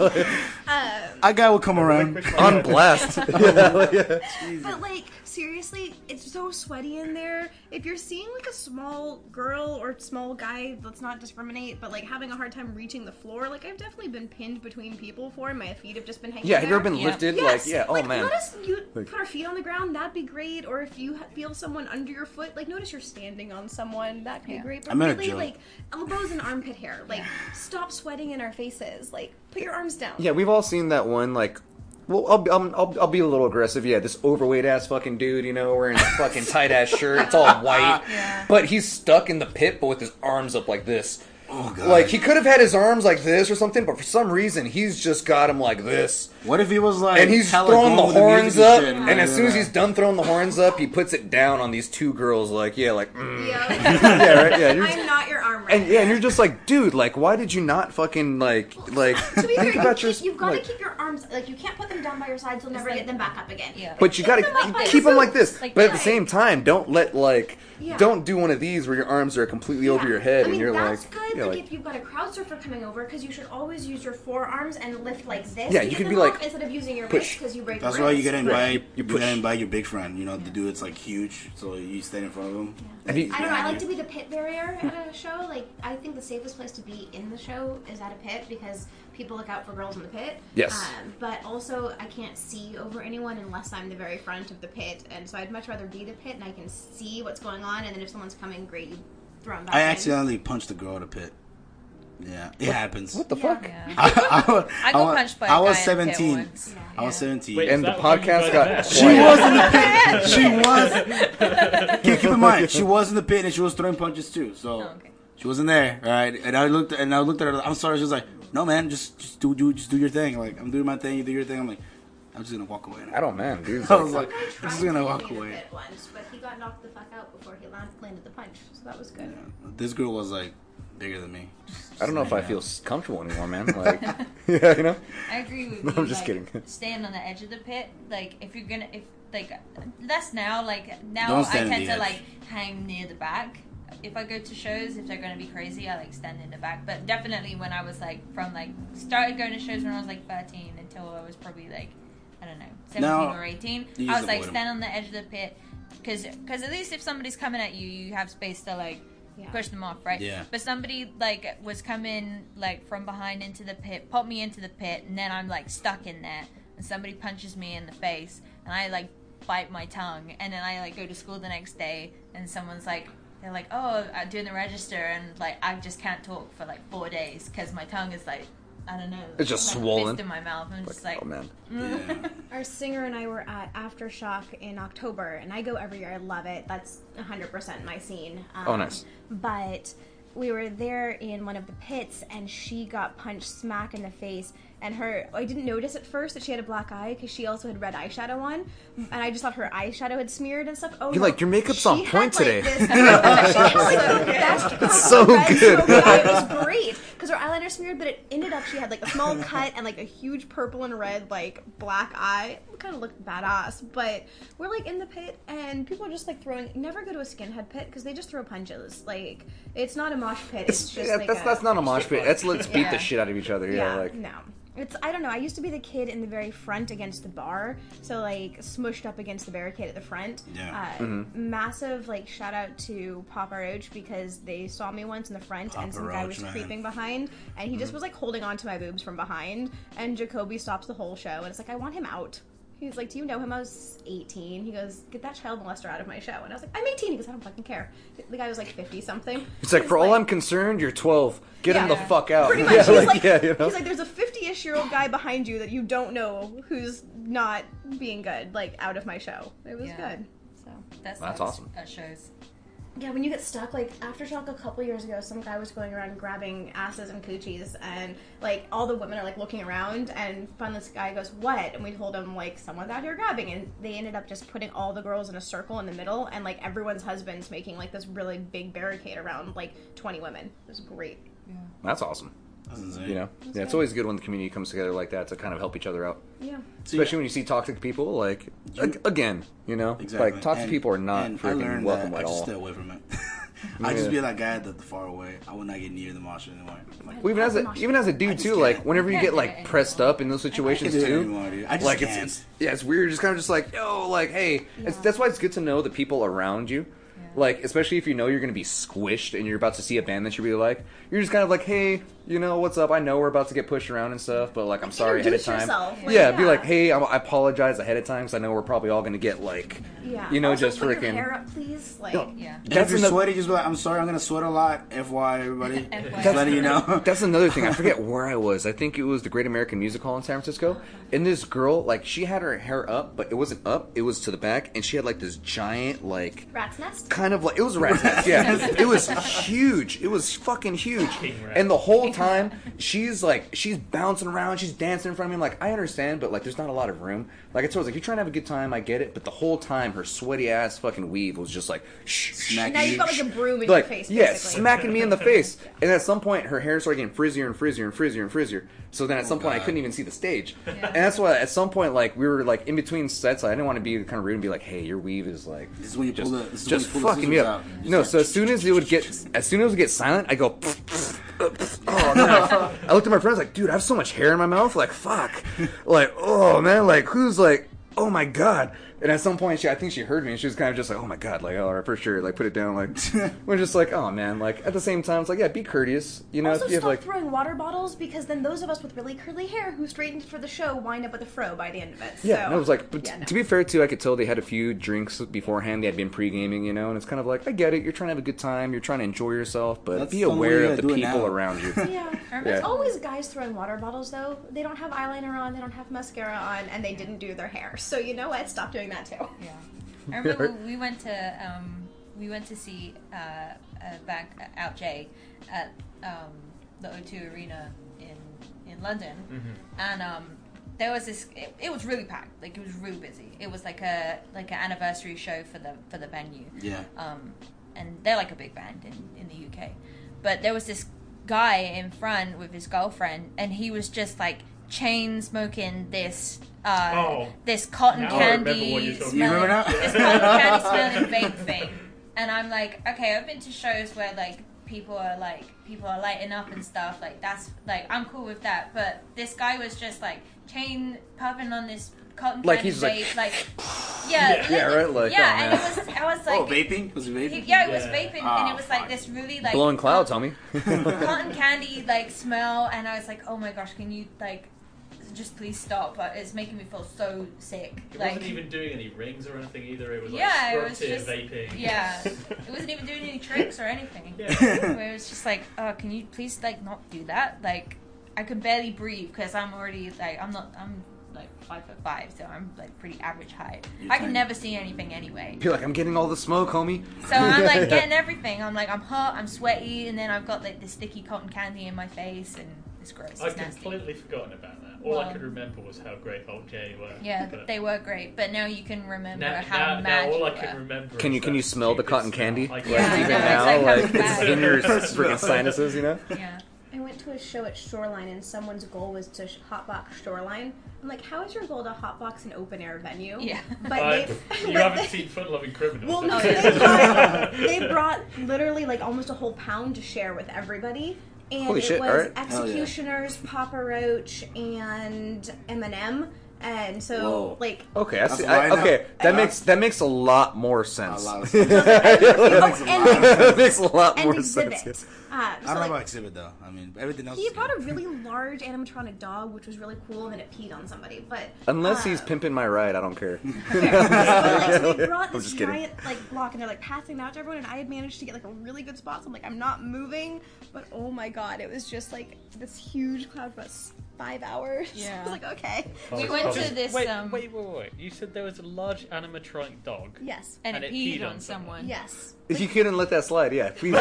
A guy will come
<laughs>
around.
On blast.
But like seriously, it's so sweaty in there. If you're seeing like a small girl or small guy, let's not discriminate, but like having a hard time reaching the floor, like I've definitely been pinned between people before and my feet have just been hanging
Yeah, have you
there.
ever been
Yeah.
lifted?
Yes.
Like, yeah. Oh
like,
man.
Notice you
Like-
put our feet on the ground. That'd be great. Or if you ha- feel someone under your foot, like notice you're standing on someone. That could
Yeah.
be great.
I
But
met a
really,
Joe.
like elbows and armpit hair. Like stop sweating in our faces. Like put your arms down.
Yeah, we've all seen that one. Like, well, I'll be, I'm, I'll, I'll be a little aggressive. Yeah, this overweight ass fucking dude, you know, wearing a fucking tight ass shirt. It's all white, but he's stuck in the pit, but with his arms up like this.
Oh god.
Like he could have had his arms like this or something, but for some reason he's just got him like this,
what if he was like?
and he's
hella
throwing the
going with music
horns up.
shit
And as soon as
like,
he's done throwing the horns up, he puts it down on these two girls. Like, yeah, like, mm.
Yeah.
<laughs> yeah, right, yeah. you're-
I'm not your arm.
and yeah, and you're just like, dude, like, why did you not fucking like, like,
to be
think
fair,
about
you
your,
keep, you've got to
like-
keep your arms like you can't put them down by your sides. You'll never
like-
get them back up again.
Yeah.
But you gotta
them like
keep
this.
them like this.
Like
but at
that.
the same time, don't let like,
Yeah.
don't do one of these where your arms are completely over
Yeah.
your head
I mean,
and you're
that's
like,
good.
yeah,
like,
like-
if you've got a crowd surfer coming over, because you should always use your forearms and lift like this.
Yeah,
to
you
get
could
them
be like,
off instead of using your
push.
because you break.
That's
your
why you
wrist.
gotta invite
You
you,
push.
gotta invite your big friend. You know the dude's like huge, so you stand in front of him.
and he-
I don't know. I like to be the pit barrier at a show. Like, I think the safest place to be in the show is at a pit because people look out for girls in the pit.
Yes.
Um, but also, I can't see over anyone unless I'm the very front of the pit, and so I'd much rather be the pit and I can see what's going on. And then if someone's coming, great, you throw them back.
I
in.
accidentally punched the girl in the pit. Yeah, it happens.
What the fuck?
Yeah.
<laughs> I,
I got punched by a
I was
guy in the pit
17.
once.
I was 17.
Wait,
And
is
the
that why you
podcast
guys
got
met?
she was in
<laughs>
the
<laughs>
pit. She was. Keep- keep in mind,
<laughs>
she was in the pit and she was throwing punches too. So
Oh, okay.
she wasn't there, all right? And I looked and I looked at her. I'm sorry. She was like, "No, man, just just do do just do your thing. Like I'm doing my thing. You do your thing. I'm like, I'm just gonna walk away.
I don't man, dude.
I was
Like,
like, I'm just gonna walk away.
Once, but he got knocked the fuck out before he landed the punch, so that was good.
This girl was like bigger than me.
I don't know if I feel s- comfortable anymore, man. Like, <laughs> yeah, you know.
I agree
<laughs>
with
No,
you.
I'm just
like,
kidding.
Staying on the edge of the pit, like if you're gonna, if like less now, like now
Don't
I
stand on
tend
the
to
edge.
like hang near the back. If I go to shows, if they're gonna be crazy, I like stand in the back. But definitely when I was like from like started going to shows when I was like 13 until I was probably like I don't know 17
Now,
or 18,
you
I
just
was like
avoid 'em.
stand on the edge of the pit because because at least if somebody's coming at you, you have space to like
Yeah.
push them off, right?
Yeah.
But somebody like was coming like from behind into the pit, popped me into the pit, and then I'm like stuck in there, and somebody punches me in the face, and I like bite my tongue, and then I like go to school the next day, and someone's like. They're like, oh, I'm doing the register, and like I just can't talk for like four days because my tongue is like, I don't know,
It's just
like, fist
swollen.
in my mouth. I'm just
Like,
like,
oh man.
<laughs>
Yeah.
Our singer and I were at Aftershock in October, and I go every year. I love it. That's 100% my scene. Um,
Oh, nice.
But we were there in one of the pits, and she got punched smack in the face. And her, I didn't notice at first that she had a black eye because she also had red eyeshadow on, and I just thought her eyeshadow had smeared and stuff. Oh,
You're
no.
like, "Your makeup's
She
on
had,
point
like,
today." <laughs>
this- she had, like, the best purple
so
red
good.
smoky eye. It
<laughs>
was great because her eyeliner smeared, but it ended up she had like a small cut and like a huge purple and red like black eye. Kind of looked badass, but we're like in the pit and people are just like throwing. Never go to a skinhead pit because they just throw punches. Like it's not a mosh pit. It's,
It's,
just
yeah,
like
that's
a,
that's not a mosh pit. That's let's beat
Yeah.
the shit out of each other. Yeah,
yeah,
like
no. It's I don't know. I used to be the kid in the very front against the bar, so like smushed up against the barricade at the front.
Yeah.
Uh,
Mm-hmm.
Massive like shout out to Papa Roach because they saw me once in the front and
Papa
some guy
Roach,
was
man. Mm-hmm.
creeping behind and he just was like holding on to my boobs from behind and Jacoby stops the whole show and it's like I want him out. He's like, "Do you know him?" I was 18. He goes, "Get that child molester out of my show." And I was like, "I'm 18." He goes, "I don't fucking care." The guy was like 50 something.
it's like for all I'm concerned, you're 12. Get him the
Yeah.
fuck out. <laughs>
Pretty much.
Yeah,
he's like,
yeah, you know?
he's like, there's a 50-ish year old guy behind you that you don't know who's not being good, like out of my show. It was
Yeah.
good. So
that's,
That's
that's
awesome.
At shows.
yeah, when you get stuck, like aftershock a couple years ago, some guy was going around grabbing asses and coochies, and like all the women are like looking around, and finally this guy goes, "What?" And we told him like someone's out here grabbing, and they ended up just putting all the girls in a circle in the middle, and like everyone's husbands making like this really big barricade around like 20 women. It was great.
that's awesome.
That's insane.
You know, yeah, it's always good when the community comes together like that to kind of help each other out.
Yeah.
See,
Especially when you see toxic people, like ag- again, you know,
Exactly.
like toxic
And-
people are not
and I
freaking
learned
welcome
that
at
I just
all.
stay away from
<laughs>
it. I
Yeah.
just be that guy that the far away. I would not get near the mosh anymore. Like,
Well, even as a, even as a dude
just
too,
can't.
like whenever you
Yeah,
get
yeah,
like
<laughs>
yeah.
pressed up in those
I can't
situations
do it
too,
anymore, dude. I just
like it's,
can't.
it's yeah, it's weird. Just kind of just like yo, like hey, it's,
Yeah.
that's why it's good to know the people around you. Like especially if you know you're gonna be squished and you're about to see a band that you really like, you're just kind of like, hey, you know what's up? I know we're about to get pushed around and stuff, but like I'm sorry ahead of
Introduce
time.
yourself, like,
yeah, be
yeah.
like, hey, I'm, I apologize ahead of time because I know we're probably all gonna get like,
Yeah.
you know,
Also,
just
put your
freaking.
hair up, please. Like,
No.
Yeah.
And if
That's
you're
another-
sweaty, just be like, I'm sorry, I'm gonna sweat a lot. FY,
<laughs>
everybody.
FY.
just letting you know.
That's another thing. I forget where I was. I think it was the Great American Music Hall in San Francisco. And this girl, like, she had her hair up, but it wasn't up. It was to the back, and she had like this giant, like,
rat's nest.
kind of like it was a rat's nest. Yeah, it was huge. It was fucking huge.
rat.
And the whole time she's like, she's bouncing around, she's dancing in front of me. I'm like, I understand, but like, there's not a lot of room. Like, it's always like you're trying to have a good time. I get it, but the whole time her sweaty ass fucking weave was just like, shh, shh,
Smack
Now
you.
you've got like a broom in your face.
yeah,
basically.
smacking
<laughs>
me in the face. And at some point, her hair started getting frizzier and frizzier and frizzier and frizzier. So then at some point, I
God.
couldn't even see the stage. And that's why at some point, like we were like in between sets, I didn't want to be kind of rude and be like, "Hey, your weave is like."
<laughs> This is when you pull the. This is
Just
when you pull
fucking
the
me
scissors
up.
out. You
No,
start-
so as soon as it would get, as soon as it would get silent, I go. <laughs> oh, man. I looked at my friends like, dude, I have so much hair in my mouth. Like, fuck. Like, oh man, like who's like, oh my god. And at some point, she I think she heard me, and she was kind of just like, "Oh my god!" Like, all right, for sure. Like, put it down. Like, <laughs> we're just like, "Oh man!" Like, at the same time, it's like, yeah, be courteous. You know,
also,
if you
stop
have like,
throwing water bottles because then those of us with really curly hair who straightened for the show wind up with a fro by the end of it.
yeah.
so.
And I was like, but
yeah, no.
to be fair too, I could tell they had a few drinks beforehand. They had been pre gaming, you know, and it's kind of like, I get it. You're trying to have a good time. You're trying to enjoy yourself, but
That's the
be
only way
aware
to
of the
do it
people
now. <laughs>
around you.
yeah.
Yeah.
It's always guys throwing water bottles though. They don't have eyeliner on, they don't have mascara on, and they didn't do their hair. So you know what? Stop doing that too.
Yeah. I remember we went to um, we went to see uh, uh, back uh, out Jay at um, the O2 Arena in in London, and um, there was this. It, it was really packed. Like it was really busy. It was like a like an anniversary show for the for the venue.
Yeah.
Um, and they're like a big band in, in the UK, but there was this guy in front with his girlfriend, and he was just like chain smoking this. Uh,
Oh.
this cotton
Now I remember what
candy
you're talking
You remember
smelling-
that?
<laughs>
this cotton candy smelling vape thing. And I'm like, okay, I've been to shows where like people are like people are lighting up and stuff. Like that's like I'm cool with that. But this guy was just like chain puffing on this cotton
Like,
candy
he's like-
vape, like
<laughs>
yeah,
Yeah,
like-
right, like,
yeah.
oh,
and
man.
it was I was like,
oh, vaping? Was it
he-
vaping? <laughs>
yeah, it was
Yeah.
vaping, and
Ah,
it was like
fuck.
this really
<laughs>
like
uh,
Blowing clouds, homie.
cotton candy like smell and i was like oh my gosh can you like just please stop Uh, it's making me feel so sick
It
like
wasn't even doing any rings or anything either. It was like
Yeah, it
scrumpty
was just-
and vaping.
yeah
<laughs>
it wasn't even doing any tricks or anything <laughs>
Yeah.
Where it was just like oh can you please like not do that like i can barely breathe because i'm already like i'm not i'm like five foot five so i'm like pretty average height
You're
i can
tiny.
never see anything anyway
You're like, I'm getting all the smoke, homie.
so
<laughs>
I'm like getting everything. I'm like I'm hot, I'm sweaty, and then I've got like this sticky cotton candy in my face, and it's gross.
I've
It's nasty.
completely forgotten about that. All I
Well-
could remember was how great old Jay were.
Yeah,
but
they were great, but now you can remember
now,
how
now, now
mad
all
you
I
were.
can remember.
Can
is
you can
that
you smell the
stupid
cotton
smell.
candy?
I
Like,
Yeah,
<laughs>
even
no, it's
now,
like
like,
coming
it's
back.
in your freaking sinuses, you know.
Yeah,
I went to a show at Shoreline and someone's goal was to sh- hotbox Shoreline. I'm like, how is your goal to hotbox an open air venue?
yeah.
But
I-
they,
Uh, you
<laughs> but
haven't
they-
seen Fun Loving Criminals.
Well, no,
have
they
you?
<laughs>
brought, they brought literally like almost a whole pound to share with everybody. And
Holy
it
shit,
was
alright.
Hell yeah.
Executioners, Papa Roach, and Eminem. And so,
Whoa.
like,
Okay, I see.
That's
I,
lined
okay,
up.
that
Yeah.
makes that makes a lot more
A
sense.
lot of sense. <laughs>
oh, and,
<laughs> that makes a lot
and
more sense.
Exhibit. Uh,
I
so,
don't know
like,
about exhibit though. I mean, everything else.
he
is
brought
good.
a really large animatronic dog, which was really cool, and then it peed on somebody. But
Unless
uh,
he's pimping my ride, I don't care.
But,
<laughs>
like, they brought
I'm
this
just kidding.
giant like block and they're like passing that to everyone and I had managed to get like a really good spot so I'm like I'm not moving but oh my god it was just like this huge cloud for us five hours <laughs>
Yeah.
I was like okay
Oh,
We went to
Just-
this.
Wait,
um,
wait, wait, wait. You said there was a large animatronic dog.
yes
and,
and
it
it
peed,
peed
on
on
someone.
yes
if you couldn't let that slide, <laughs> yeah. please.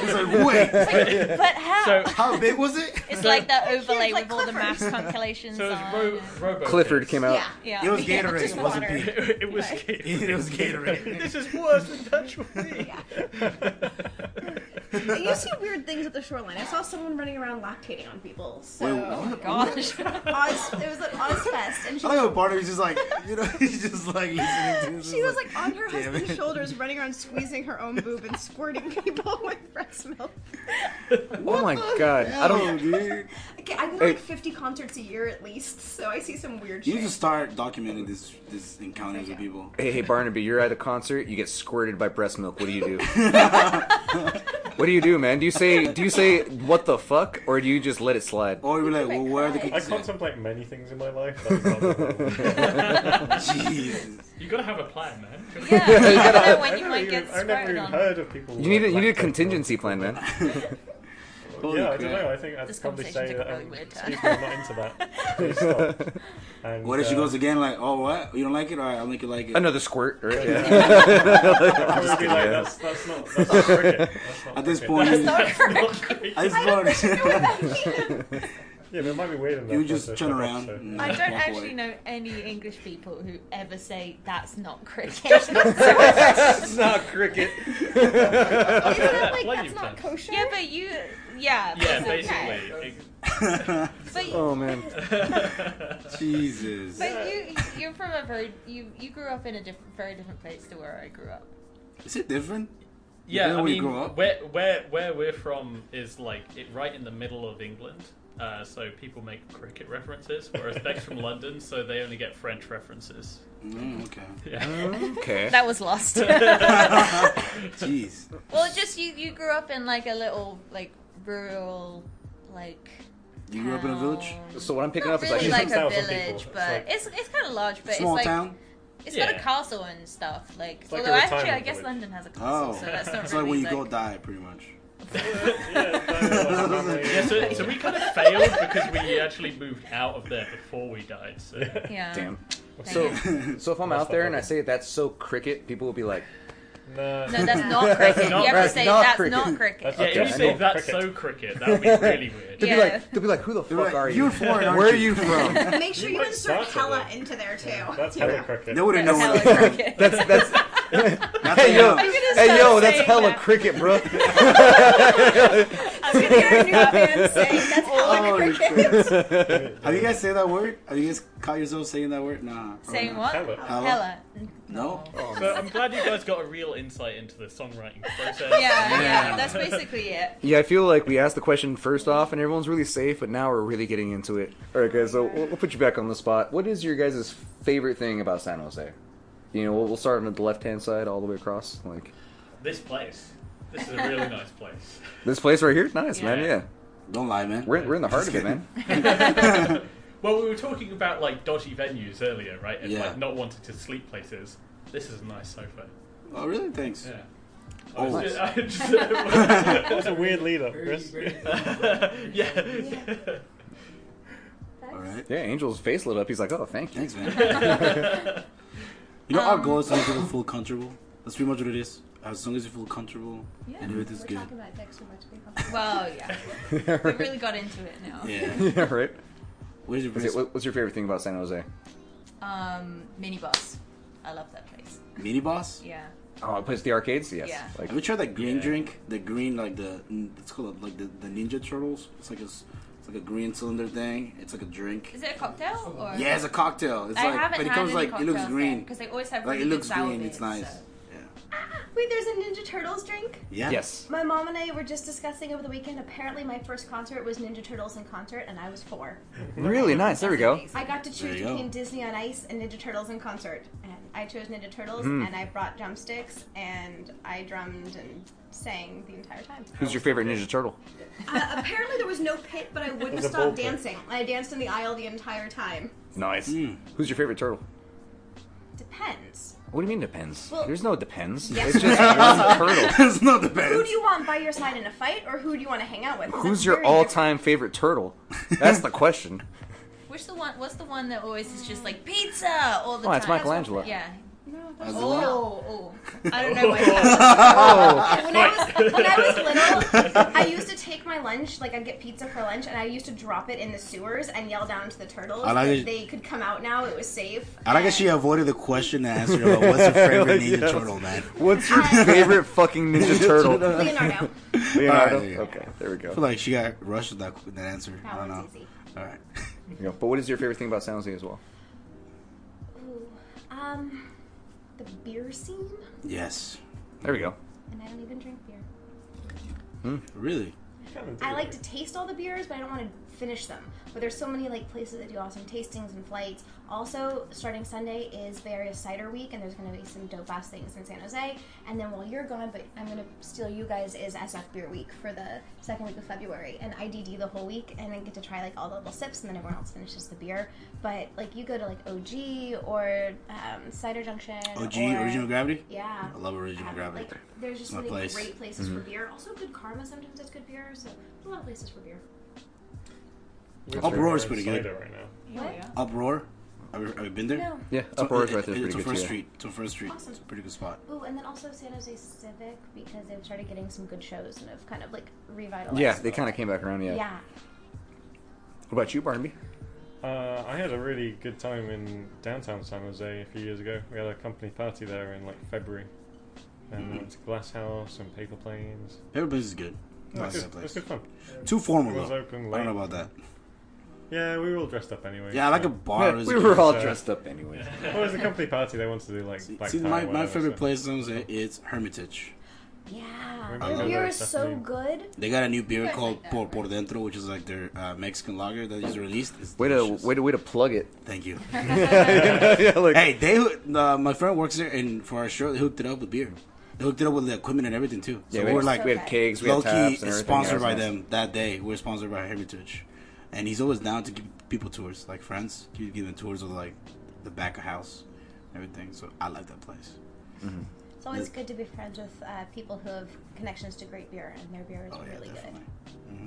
He's like, wait,
<laughs>
But how?
So,
how big was it?
it's like that overlay
It's like
with all the math
Clifford.
calculations.
so it
on,
was
and-
Ro- Robo.
Clifford
Kids. <laughs>
came out.
yeah
<laughs> yeah.
It was <laughs>
Yeah,
Gatorade.
just
it wasn't
water.
pee.
It, was
Right.
<laughs>
Gatorade.
It was Gatorade.
this is worse than virtual me. <laughs>
you see weird things at the shoreline I saw someone running around lactating on people so
Wait,
Gosh.
<laughs>
Oz, it was an Oz fest and she
I like how Barney was just like, you know, <laughs> he's just like listening to this.
<laughs> She was like on her
<laughs> Damn
husband's
it.
shoulders, running around squeezing her own boob and squirting <laughs> people with breast milk.
Oh my god, I
Hell,
don't.
<laughs>
dude.
Okay, I go to
Hey.
like 50 concerts a year at least, so I see some weird
You
shit.
just start documenting this this encounters with
<laughs>
people. <laughs>
Hey, hey, Barnaby, you're at a concert. You get squirted by breast milk. What do you do? what do you do, man? Do you say do you say what the fuck, or do you just let it slide?
Or you're like, well, where are the
I
cookies? at?
contemplate many things in my life. That's not one of them.
<laughs> Jesus.
You gotta have a plan, man.
<laughs>
yeah. You never know
I've
when you
never
might
even,
get
I've never
squirted
even
on.
heard of people.
You need a, you need a contingency plan, man.
Holy
Yeah, I
crap.
don't know. I think I'd
This
probably
conversation
say
took a
that.
really
um,
weird turn.
Excuse me, I'm not into that.
<laughs>
Please stop. And,
What if she
uh,
goes again? Like, oh, what? You don't like it? All right, I'll make you like it.
<laughs> Another squirt, right? Yeah. <laughs>
I would be like, that's, that's not. That's not cricket. That's not
At this
<laughs>
cricket.
<laughs> point, you-
Sorry.
at this
<laughs>
point,
yeah, but it might be weird enough.
you
for
just
us to
turn
shut up,
around.
so-
and
I
walk
don't
away.
actually know any English people who ever say that's
<laughs>
not cricket. <laughs>
It's not cricket. <laughs>
<laughs>
Isn't that
Why
like
you
that's
plan?
not kosher?
yeah,
<laughs>
but you, yeah,
Yeah,
that's okay. But
basically.
Oh man.
<laughs>
<laughs>
Jesus.
But you, you're from a very you you grew up in a different, very different place to where I grew up.
Is it different?
Yeah,
Depending
I
on where you
mean,
grow up.
where where where we're from is like it right in the middle of England, uh, so people make cricket references, whereas Beck's from London, so they only get French references.
Mm,
<laughs>
okay.
<laughs> Yeah.
Okay.
That
<laughs>
was lost. <laughs>
Jeez.
well, just you, you grew up in like a little like rural like.
You grew up in a village?
town.
So what I'm picking
Not
up is
really
like, <laughs>
like a
16,000
village,
people.
but
It's like-
it's it's kind of large, but
Small
it's like
town?
it's got a
Yeah.
castle and stuff. Like,
like a
although actually, I
retirement
guess
village.
London has a castle,
Oh.
so that's not
it's
really
like when you
like,
go <laughs> die, pretty
<laughs>
much. <laughs>
Yeah, so, so we kind of failed because we actually moved out of there before we died. So
yeah.
damn.
Dang
So,
it.
so if I'm out there and I say that's so cricket, people will be like,
no.
no, that's not cricket. you have to
That's
say
not
that's
cricket.
not cricket.
yeah,
Okay,
if you
I
say
know.
that's so cricket, that would be really weird.
they'll
Yeah.
be like, they'll be like, who the fuck
like,
are you?
"You're
<laughs>
foreign, aren't
Where are
you?"
you
<laughs>
from?
Make sure you,
might
insert
start
hella
with
into there too.
That's
You know?
hella cricket.
They wouldn't know
That's
where
hella
they're from.
<laughs> cricket.
That's
<laughs>
that's.
<laughs> Not
hey
that
yo,
young.
hey yo,
stop
that's
saying
hella
that.
cricket,
<laughs>
bro. <laughs>
I'm gonna hear a new band saying
<laughs>
that's hella
Holy
cricket.
Oh, shit. Have you guys said that word? Have you guys caught yourself saying that word? Nah. probably
Saying
not.
what? Oh.
Hella.
Hella?
Hella.
No.
So I'm glad you guys got a real insight into the songwriting process.
Yeah, yeah, That's basically it.
Yeah, I feel like we asked the question first off, and everyone's really safe, but now we're really getting into it. All right, guys, so we'll, we'll put you back on the spot. What is your guys' favorite thing about San Jose? You know, we'll, we'll start on the left-hand side all the way across. Like
This place. This is a really nice place.
this place right here, nice man.
Yeah.
Yeah,
<laughs> Don't lie, man.
we're, we're in the heart of it, man. <laughs>
<laughs>
Well, we were talking about like dodgy venues earlier, right? And
Yeah.
like not wanting to sleep places. This is a nice sofa.
<laughs> Oh, really? Thanks.
Yeah. I
Oh,
was
nice.
just- <laughs> I
<laughs>
just-
That was a weird lead up, Chris.
<laughs>
<laughs>
yeah.
All right.
Yeah, Angel's face lit up. He's like, "Oh, thank you."
Thanks, man.
<laughs>
you know, our goal is to
Um,
make people feel comfortable. That's pretty much what it is. As long as you feel comfortable,
Yeah.
and everything's
We're
good.
talking about dick so much. we have-
<laughs>
Well, yeah. We
right?
really got into it now.
Yeah.
<laughs> Yeah, right.
Where's your
Is it-
place?
what- what's your favorite thing about San Jose?
Um, minibus. I love that place.
Mini Boss?
Yeah.
Oh, it plays the arcades. Yes.
Yeah.
Like,
Have you tried that green
Yeah.
drink? The green, like the it's called like the, the Ninja Turtles. It's like a s- it's like a green cylinder thing. It's like a drink.
Is it a cocktail or?
Yeah, it's a cocktail. It's
I
like,
haven't
but it
had
comes
any
like it looks green.
because they always have
Like it
really
looks
good sour
green.
beers,
It's nice.
so-
Wait, there's a Ninja Turtles drink?
Yeah. <laughs>
yes.
My mom and I were just discussing over the weekend. Apparently, my first concert was Ninja Turtles in concert, and I was four.
Really nice. There we go.
I got to
There
choose
you go.
between Disney on Ice and Ninja Turtles in concert, and I chose Ninja Turtles,
Hmm.
and I brought drumsticks, and I drummed and sang the entire time.
Who's your favorite Ninja Turtle?
Uh, apparently, there was no pit, but I wouldn't
was a
stop
bold pick.
dancing. I danced in the aisle the entire time.
Nice.
Mm.
Hmm. Who's your favorite turtle?
Depends.
What do you mean depends?
Well-
There's no depends.
Yes,
It's just <laughs> you're a
<laughs>
turtle.
it's not the
Who
best.
do you want by your side in a fight, or who do you want to hang out with? That's
Who's your
very
all-time favorite turtle? That's the question.
Which the one? What's the one that always is just like pizza all the
Oh,
time?
it's Michelangelo.
Yeah.
different.
That's the one.
Oh, oh. I don't
<laughs>
know. why.
Oh, <laughs>
When I, was, when I was little, I used to take my lunch, like I'd get pizza for lunch, and I used to drop it in the sewers and yell down to the turtles
I like
that
it.
they could come out now, it was safe.
I like that she avoided the question and answered about what's <laughs> your favorite
Like,
Ninja
yes.
Turtle, man.
what's your favorite fucking Ninja
<laughs>
Turtle?
Leonardo.
Leonardo.
All right, there you go.
okay, there we go.
I feel like she got rushed with that with that answer. I
That
don't
one's
know.
easy.
All right. <laughs>
There you go. But what is your favorite thing about San Jose as well?
Ooh, um, the beer scene,
Yes.
There we go.
and I don't even drink beer.
Really?
I like to taste all the beers, but I don't want to finish them. But there's so many like places that do awesome tastings and flights. Also, starting Sunday is various cider week, and there's going to be some dope ass things in San Jose. And then while you're gone, but I'm going to steal you guys is SF Beer Week for the second week of February, and IDD the whole week, and then get to try like all the little sips, and then everyone else finishes the beer. But like you go to like OG or um, Cider Junction.
OG
or-
Original Gravity.
Yeah.
I love Original
Um,
Gravity.
Like, there's just
My
really
place. Mm-hmm.
great places for beer. Also, good karma sometimes has good beer. So a lot of places for beer.
Uproar is pretty good.
Cider right now.
Here we are.
Uproar. Have you, have you been there?
No.
Yeah,
It's on-
uproars right there is
it-
pretty
It's on
good too.
First
yeah.
Street. It's on First Street.
Awesome.
It's a pretty good spot.
Ooh, and then also San Jose Civic because they've started getting some good shows and have kind of like revitalized.
Yeah, they kind of came back around. Yeah.
Yeah.
What about you, Barnaby?
Uh, I had a really good time in downtown San Jose a few years ago. We had a company party there in like February. And we went to Glass House and Paper Planes.
Every place is good.
It
Nice
was, good, it was
place.
good fun.
Too formal
It was
though.
open
I
late.
don't know about that.
Yeah, we were all dressed up anyway.
Yeah, I like a
so-
bar. is
we
good.
were all
so-
dressed up anyway.
Well, it was a company party. They wanted to do like black
See,
tie or
my, my
whatever,
favorite
so-
place in San Jose is Hermitage.
Yeah.
Remember
Their
that
beer
very
is
stuff
so
name.
good.
They got a new beer
guys
called
like that,
Por
right?
Por Dentro, which is like their uh, Mexican lager that is released. It's
Way to
delicious.
way to way to plug it.
Thank you.
<laughs> yeah, like,
hey, they hoo- uh, my friend works there, and for our show, they hooked it up with beer. They hooked it up with the equipment and everything too. So
yeah, we,
we were
had-
like,
we had cakes, we had
Loki
taps, and everything.
is
Yeah,
sponsored
it was
by
nice.
them that day. We're sponsored by Heritage, and he's always down to give people tours, like friends, give giving tours of like the back of house, and everything. So I like that place.
It's always good to be friends with uh, people who have connections to great beer, and their beer is
Oh yeah,
really
definitely.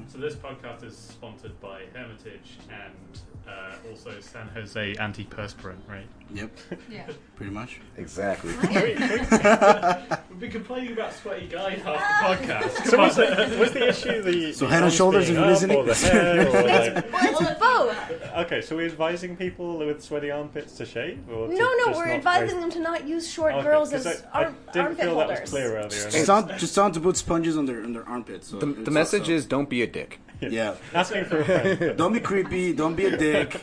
So this podcast is sponsored by Hermitage and uh, also San Jose Antiperspirant, right?
Yep,
Yeah.
pretty
<laughs>
much.
Exactly.
We've been complaining about sweaty guys half the podcast. <laughs>
So was the, was the issue the
So
the
head and
arms
shoulders
being
if you're
up
listening.
or the
<laughs>
hair or, like-
good. Well, it's both.
okay, so we're advising people with sweaty armpits to shave, or to
No, no,
just
we're
not
advising
raise-
them to not use short
Okay,
girls
'cause
as
I,
arm,
I didn't
armpit
feel
holders.
that was clear earlier. and
Just
it's
on, just on to put sponges on their on their armpits. So
The,
it's
the message
also-
is don't be a <laughs> dick.
yeah.
asking for a friend.
Don't be creepy. Don't be a dick.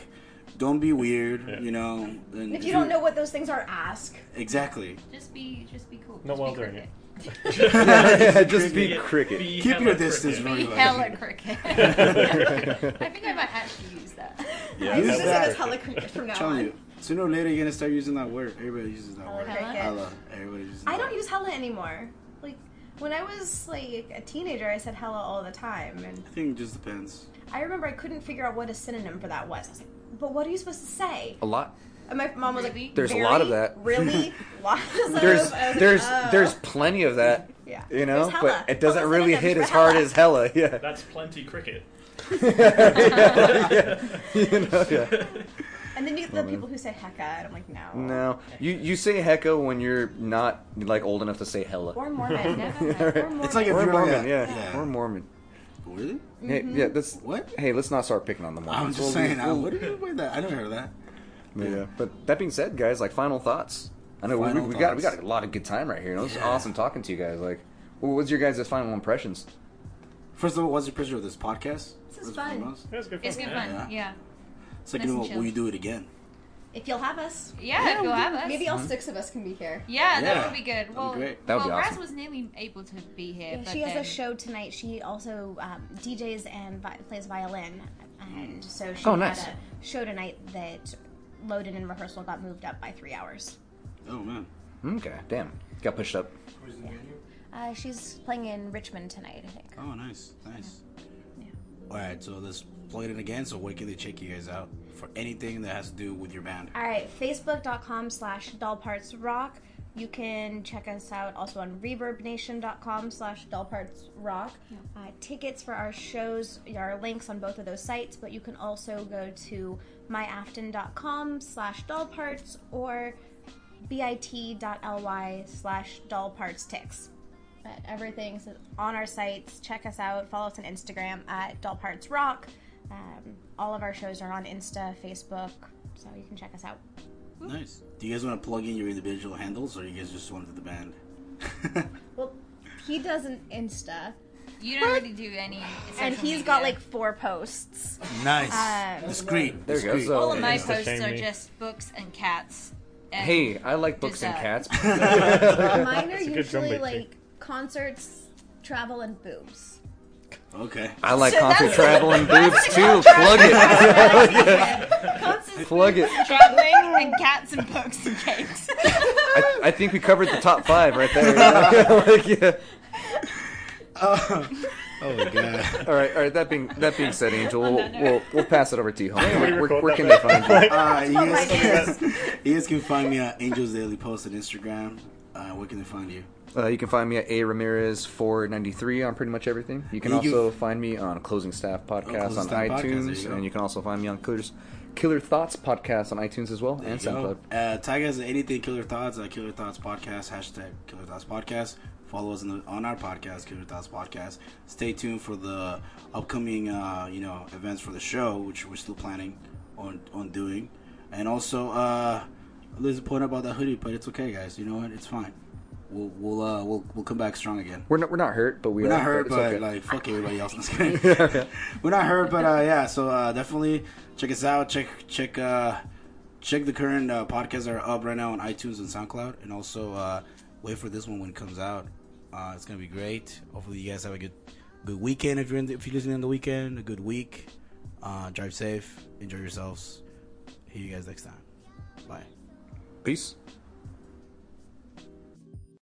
Don't be weird. You know. And
If you don't know what those things are, ask.
exactly,
Just be, just be cool.
Not
just
while
be
doing
cricket.
just be cricket.
Be
keep
hella
your distance.
cricket.
Be
Roy.
hella cricket. I think I might actually use that.
Yeah,
Use
that's
that.
It's hella cricket from now
telling
on.
you, sooner or later you're gonna start using that word. Everybody uses that word.
cricket.
Hella. Everybody uses.
I
that
don't
word.
use hella anymore. Like when I was like a teenager, I said hella all the time, and
I think it just depends.
I remember I couldn't figure out what a synonym for that was. I was like, but what are you supposed to say?
A lot.
And my mom was like,
Really?
There's a
"Very?
lot of that. <laughs>
Really? Lots <laughs> of
There's
I was like,
there's
"Oh."
there's plenty of that.
Yeah.
You know,
There's hella.
but it doesn't
All the
really
synonyms
hit
for
as hard
hella.
as hella. <laughs> Yeah.
That's plenty cricket.
<laughs> you know, yeah.
And then you get the people who say hecka, and I'm like, no.
No, you you say hecka when you're not like old enough to say hella. <laughs>
Or Mormon.
Never mind.
It's like if
We're
you're
Mormon,
like a-
yeah. We're Mormon.
Really?
Hey, yeah, that's
What?
Hey, let's not start picking on the
I'm
Mormons.
just
We'll leave-
saying. I,
we'll-
what do you mean by that? I never heard of that.
Yeah, but that being said, guys, like final thoughts. I know we,
Final
we got we
thoughts.
got a lot of good time right here. It was
Yeah.
awesome talking to you guys. Like, what was your guys' final impressions?
First of all, what's your pleasure of this podcast? This
is fun.
Yeah, it's good
It's
fun.
good
Yeah.
fun. Yeah.
Second
Nice
of
and
all,
chill.
will you do it again?
If you'll have us.
Yeah, go have us.
Maybe
Mm-hmm.
all six of us can be here.
Yeah,
Yeah.
that would be good.
be
Well,
great.
That would
well,
be awesome.
Raz was nearly able to be here, but
she has
then-
a show tonight. She also um, DJs and vi- plays violin, and so she
Oh, nice.
had a show tonight that Loden and rehearsal got moved up by three hours.
Oh man.
Okay, damn, got pushed up.
Uh, she's playing in Richmond tonight, I think.
Oh, nice, nice. All right, so let's plug it in again. So where can they check you guys out for anything that has to do with your band?
All right, facebook.com slash dollpartsrock. You can check us out also on reverbnation.com slash dollpartsrock. Uh, tickets for our shows are links on both of those sites, but you can also go to myafton.com slash dollparts or bit.ly slash dollpartstix. But everything's on our sites. Check us out. Follow us on Instagram at dollpartsrock. Um, all of our shows are on Insta, Facebook, so you can check us out.
Nice. Do you guys want to plug in your individual handles, or you guys just wanted the band?
Well, he does an Insta,
You don't really do any.
and
social
he's got
media.
like four
<laughs>
posts.
nice.
Um,
discreet.
There you go.
discreet.
So,
Uh, all of my
yeah.
It's a
posts
shame
are
me.
just books and cats. And
hey, I like books and
Just, uh,
cats.
<laughs>
Mine are
a good drum
usually
beat, too.
like concerts, travel, and boobs.
Okay.
I like
So
concert
that's-
travel and boobs too. Plug it, <laughs>
constant
plug it.
traveling and cats and books and cakes. <laughs>
I, I think we covered the top five right there. <laughs> you know? like, yeah.
<laughs> Oh my god.
<laughs> All right, all right. That being that being said, Angel, we'll we'll, we'll pass it over to you. Homie.
we
Where, where,
record
where
that
can they
bit.
find you?
Uh, you, guys can, <laughs> you guys can find me at Angels Daily Post on Instagram. Uh, where can they find you?
Uh, you can find me at a ramirez four ninety three on pretty much everything. You can
And you- Oh,
also find me on Closing Staff Podcast
Closing
on
Staff Podcast, there
iTunes,
you go.
and you can also find me on Killers Killer Thoughts Podcast on iTunes as well and SoundCloud.
Uh, tag us at anything Killer Thoughts at Killer Thoughts Podcast hashtag Killer Thoughts Podcast. Follow us on, the, on our podcast, Killer Thoughts Podcast. Stay tuned for the upcoming uh, you know events for the show, which we're still planning on on doing. And also, uh, there's a point about that hoodie, but it's okay, guys. You know what? It's fine. We'll we'll uh, we'll, we'll come back strong again.
We're not we're not hurt, but we
We're
are.
not hurt,
it's
but
okay.
like
<laughs>
fuck everybody else. I'm just kidding. We're not hurt, but uh, yeah. So uh, definitely check us out. Check check uh, check the current uh, podcasts that are up right now on iTunes and SoundCloud, and also uh, wait for this one when it comes out uh, Uh, it's gonna be great. Hopefully, you guys have a good good weekend if you're in the, if you're listening on the weekend. A good week. Uh, drive safe. Enjoy yourselves. Hear you guys next time. Bye.
Peace.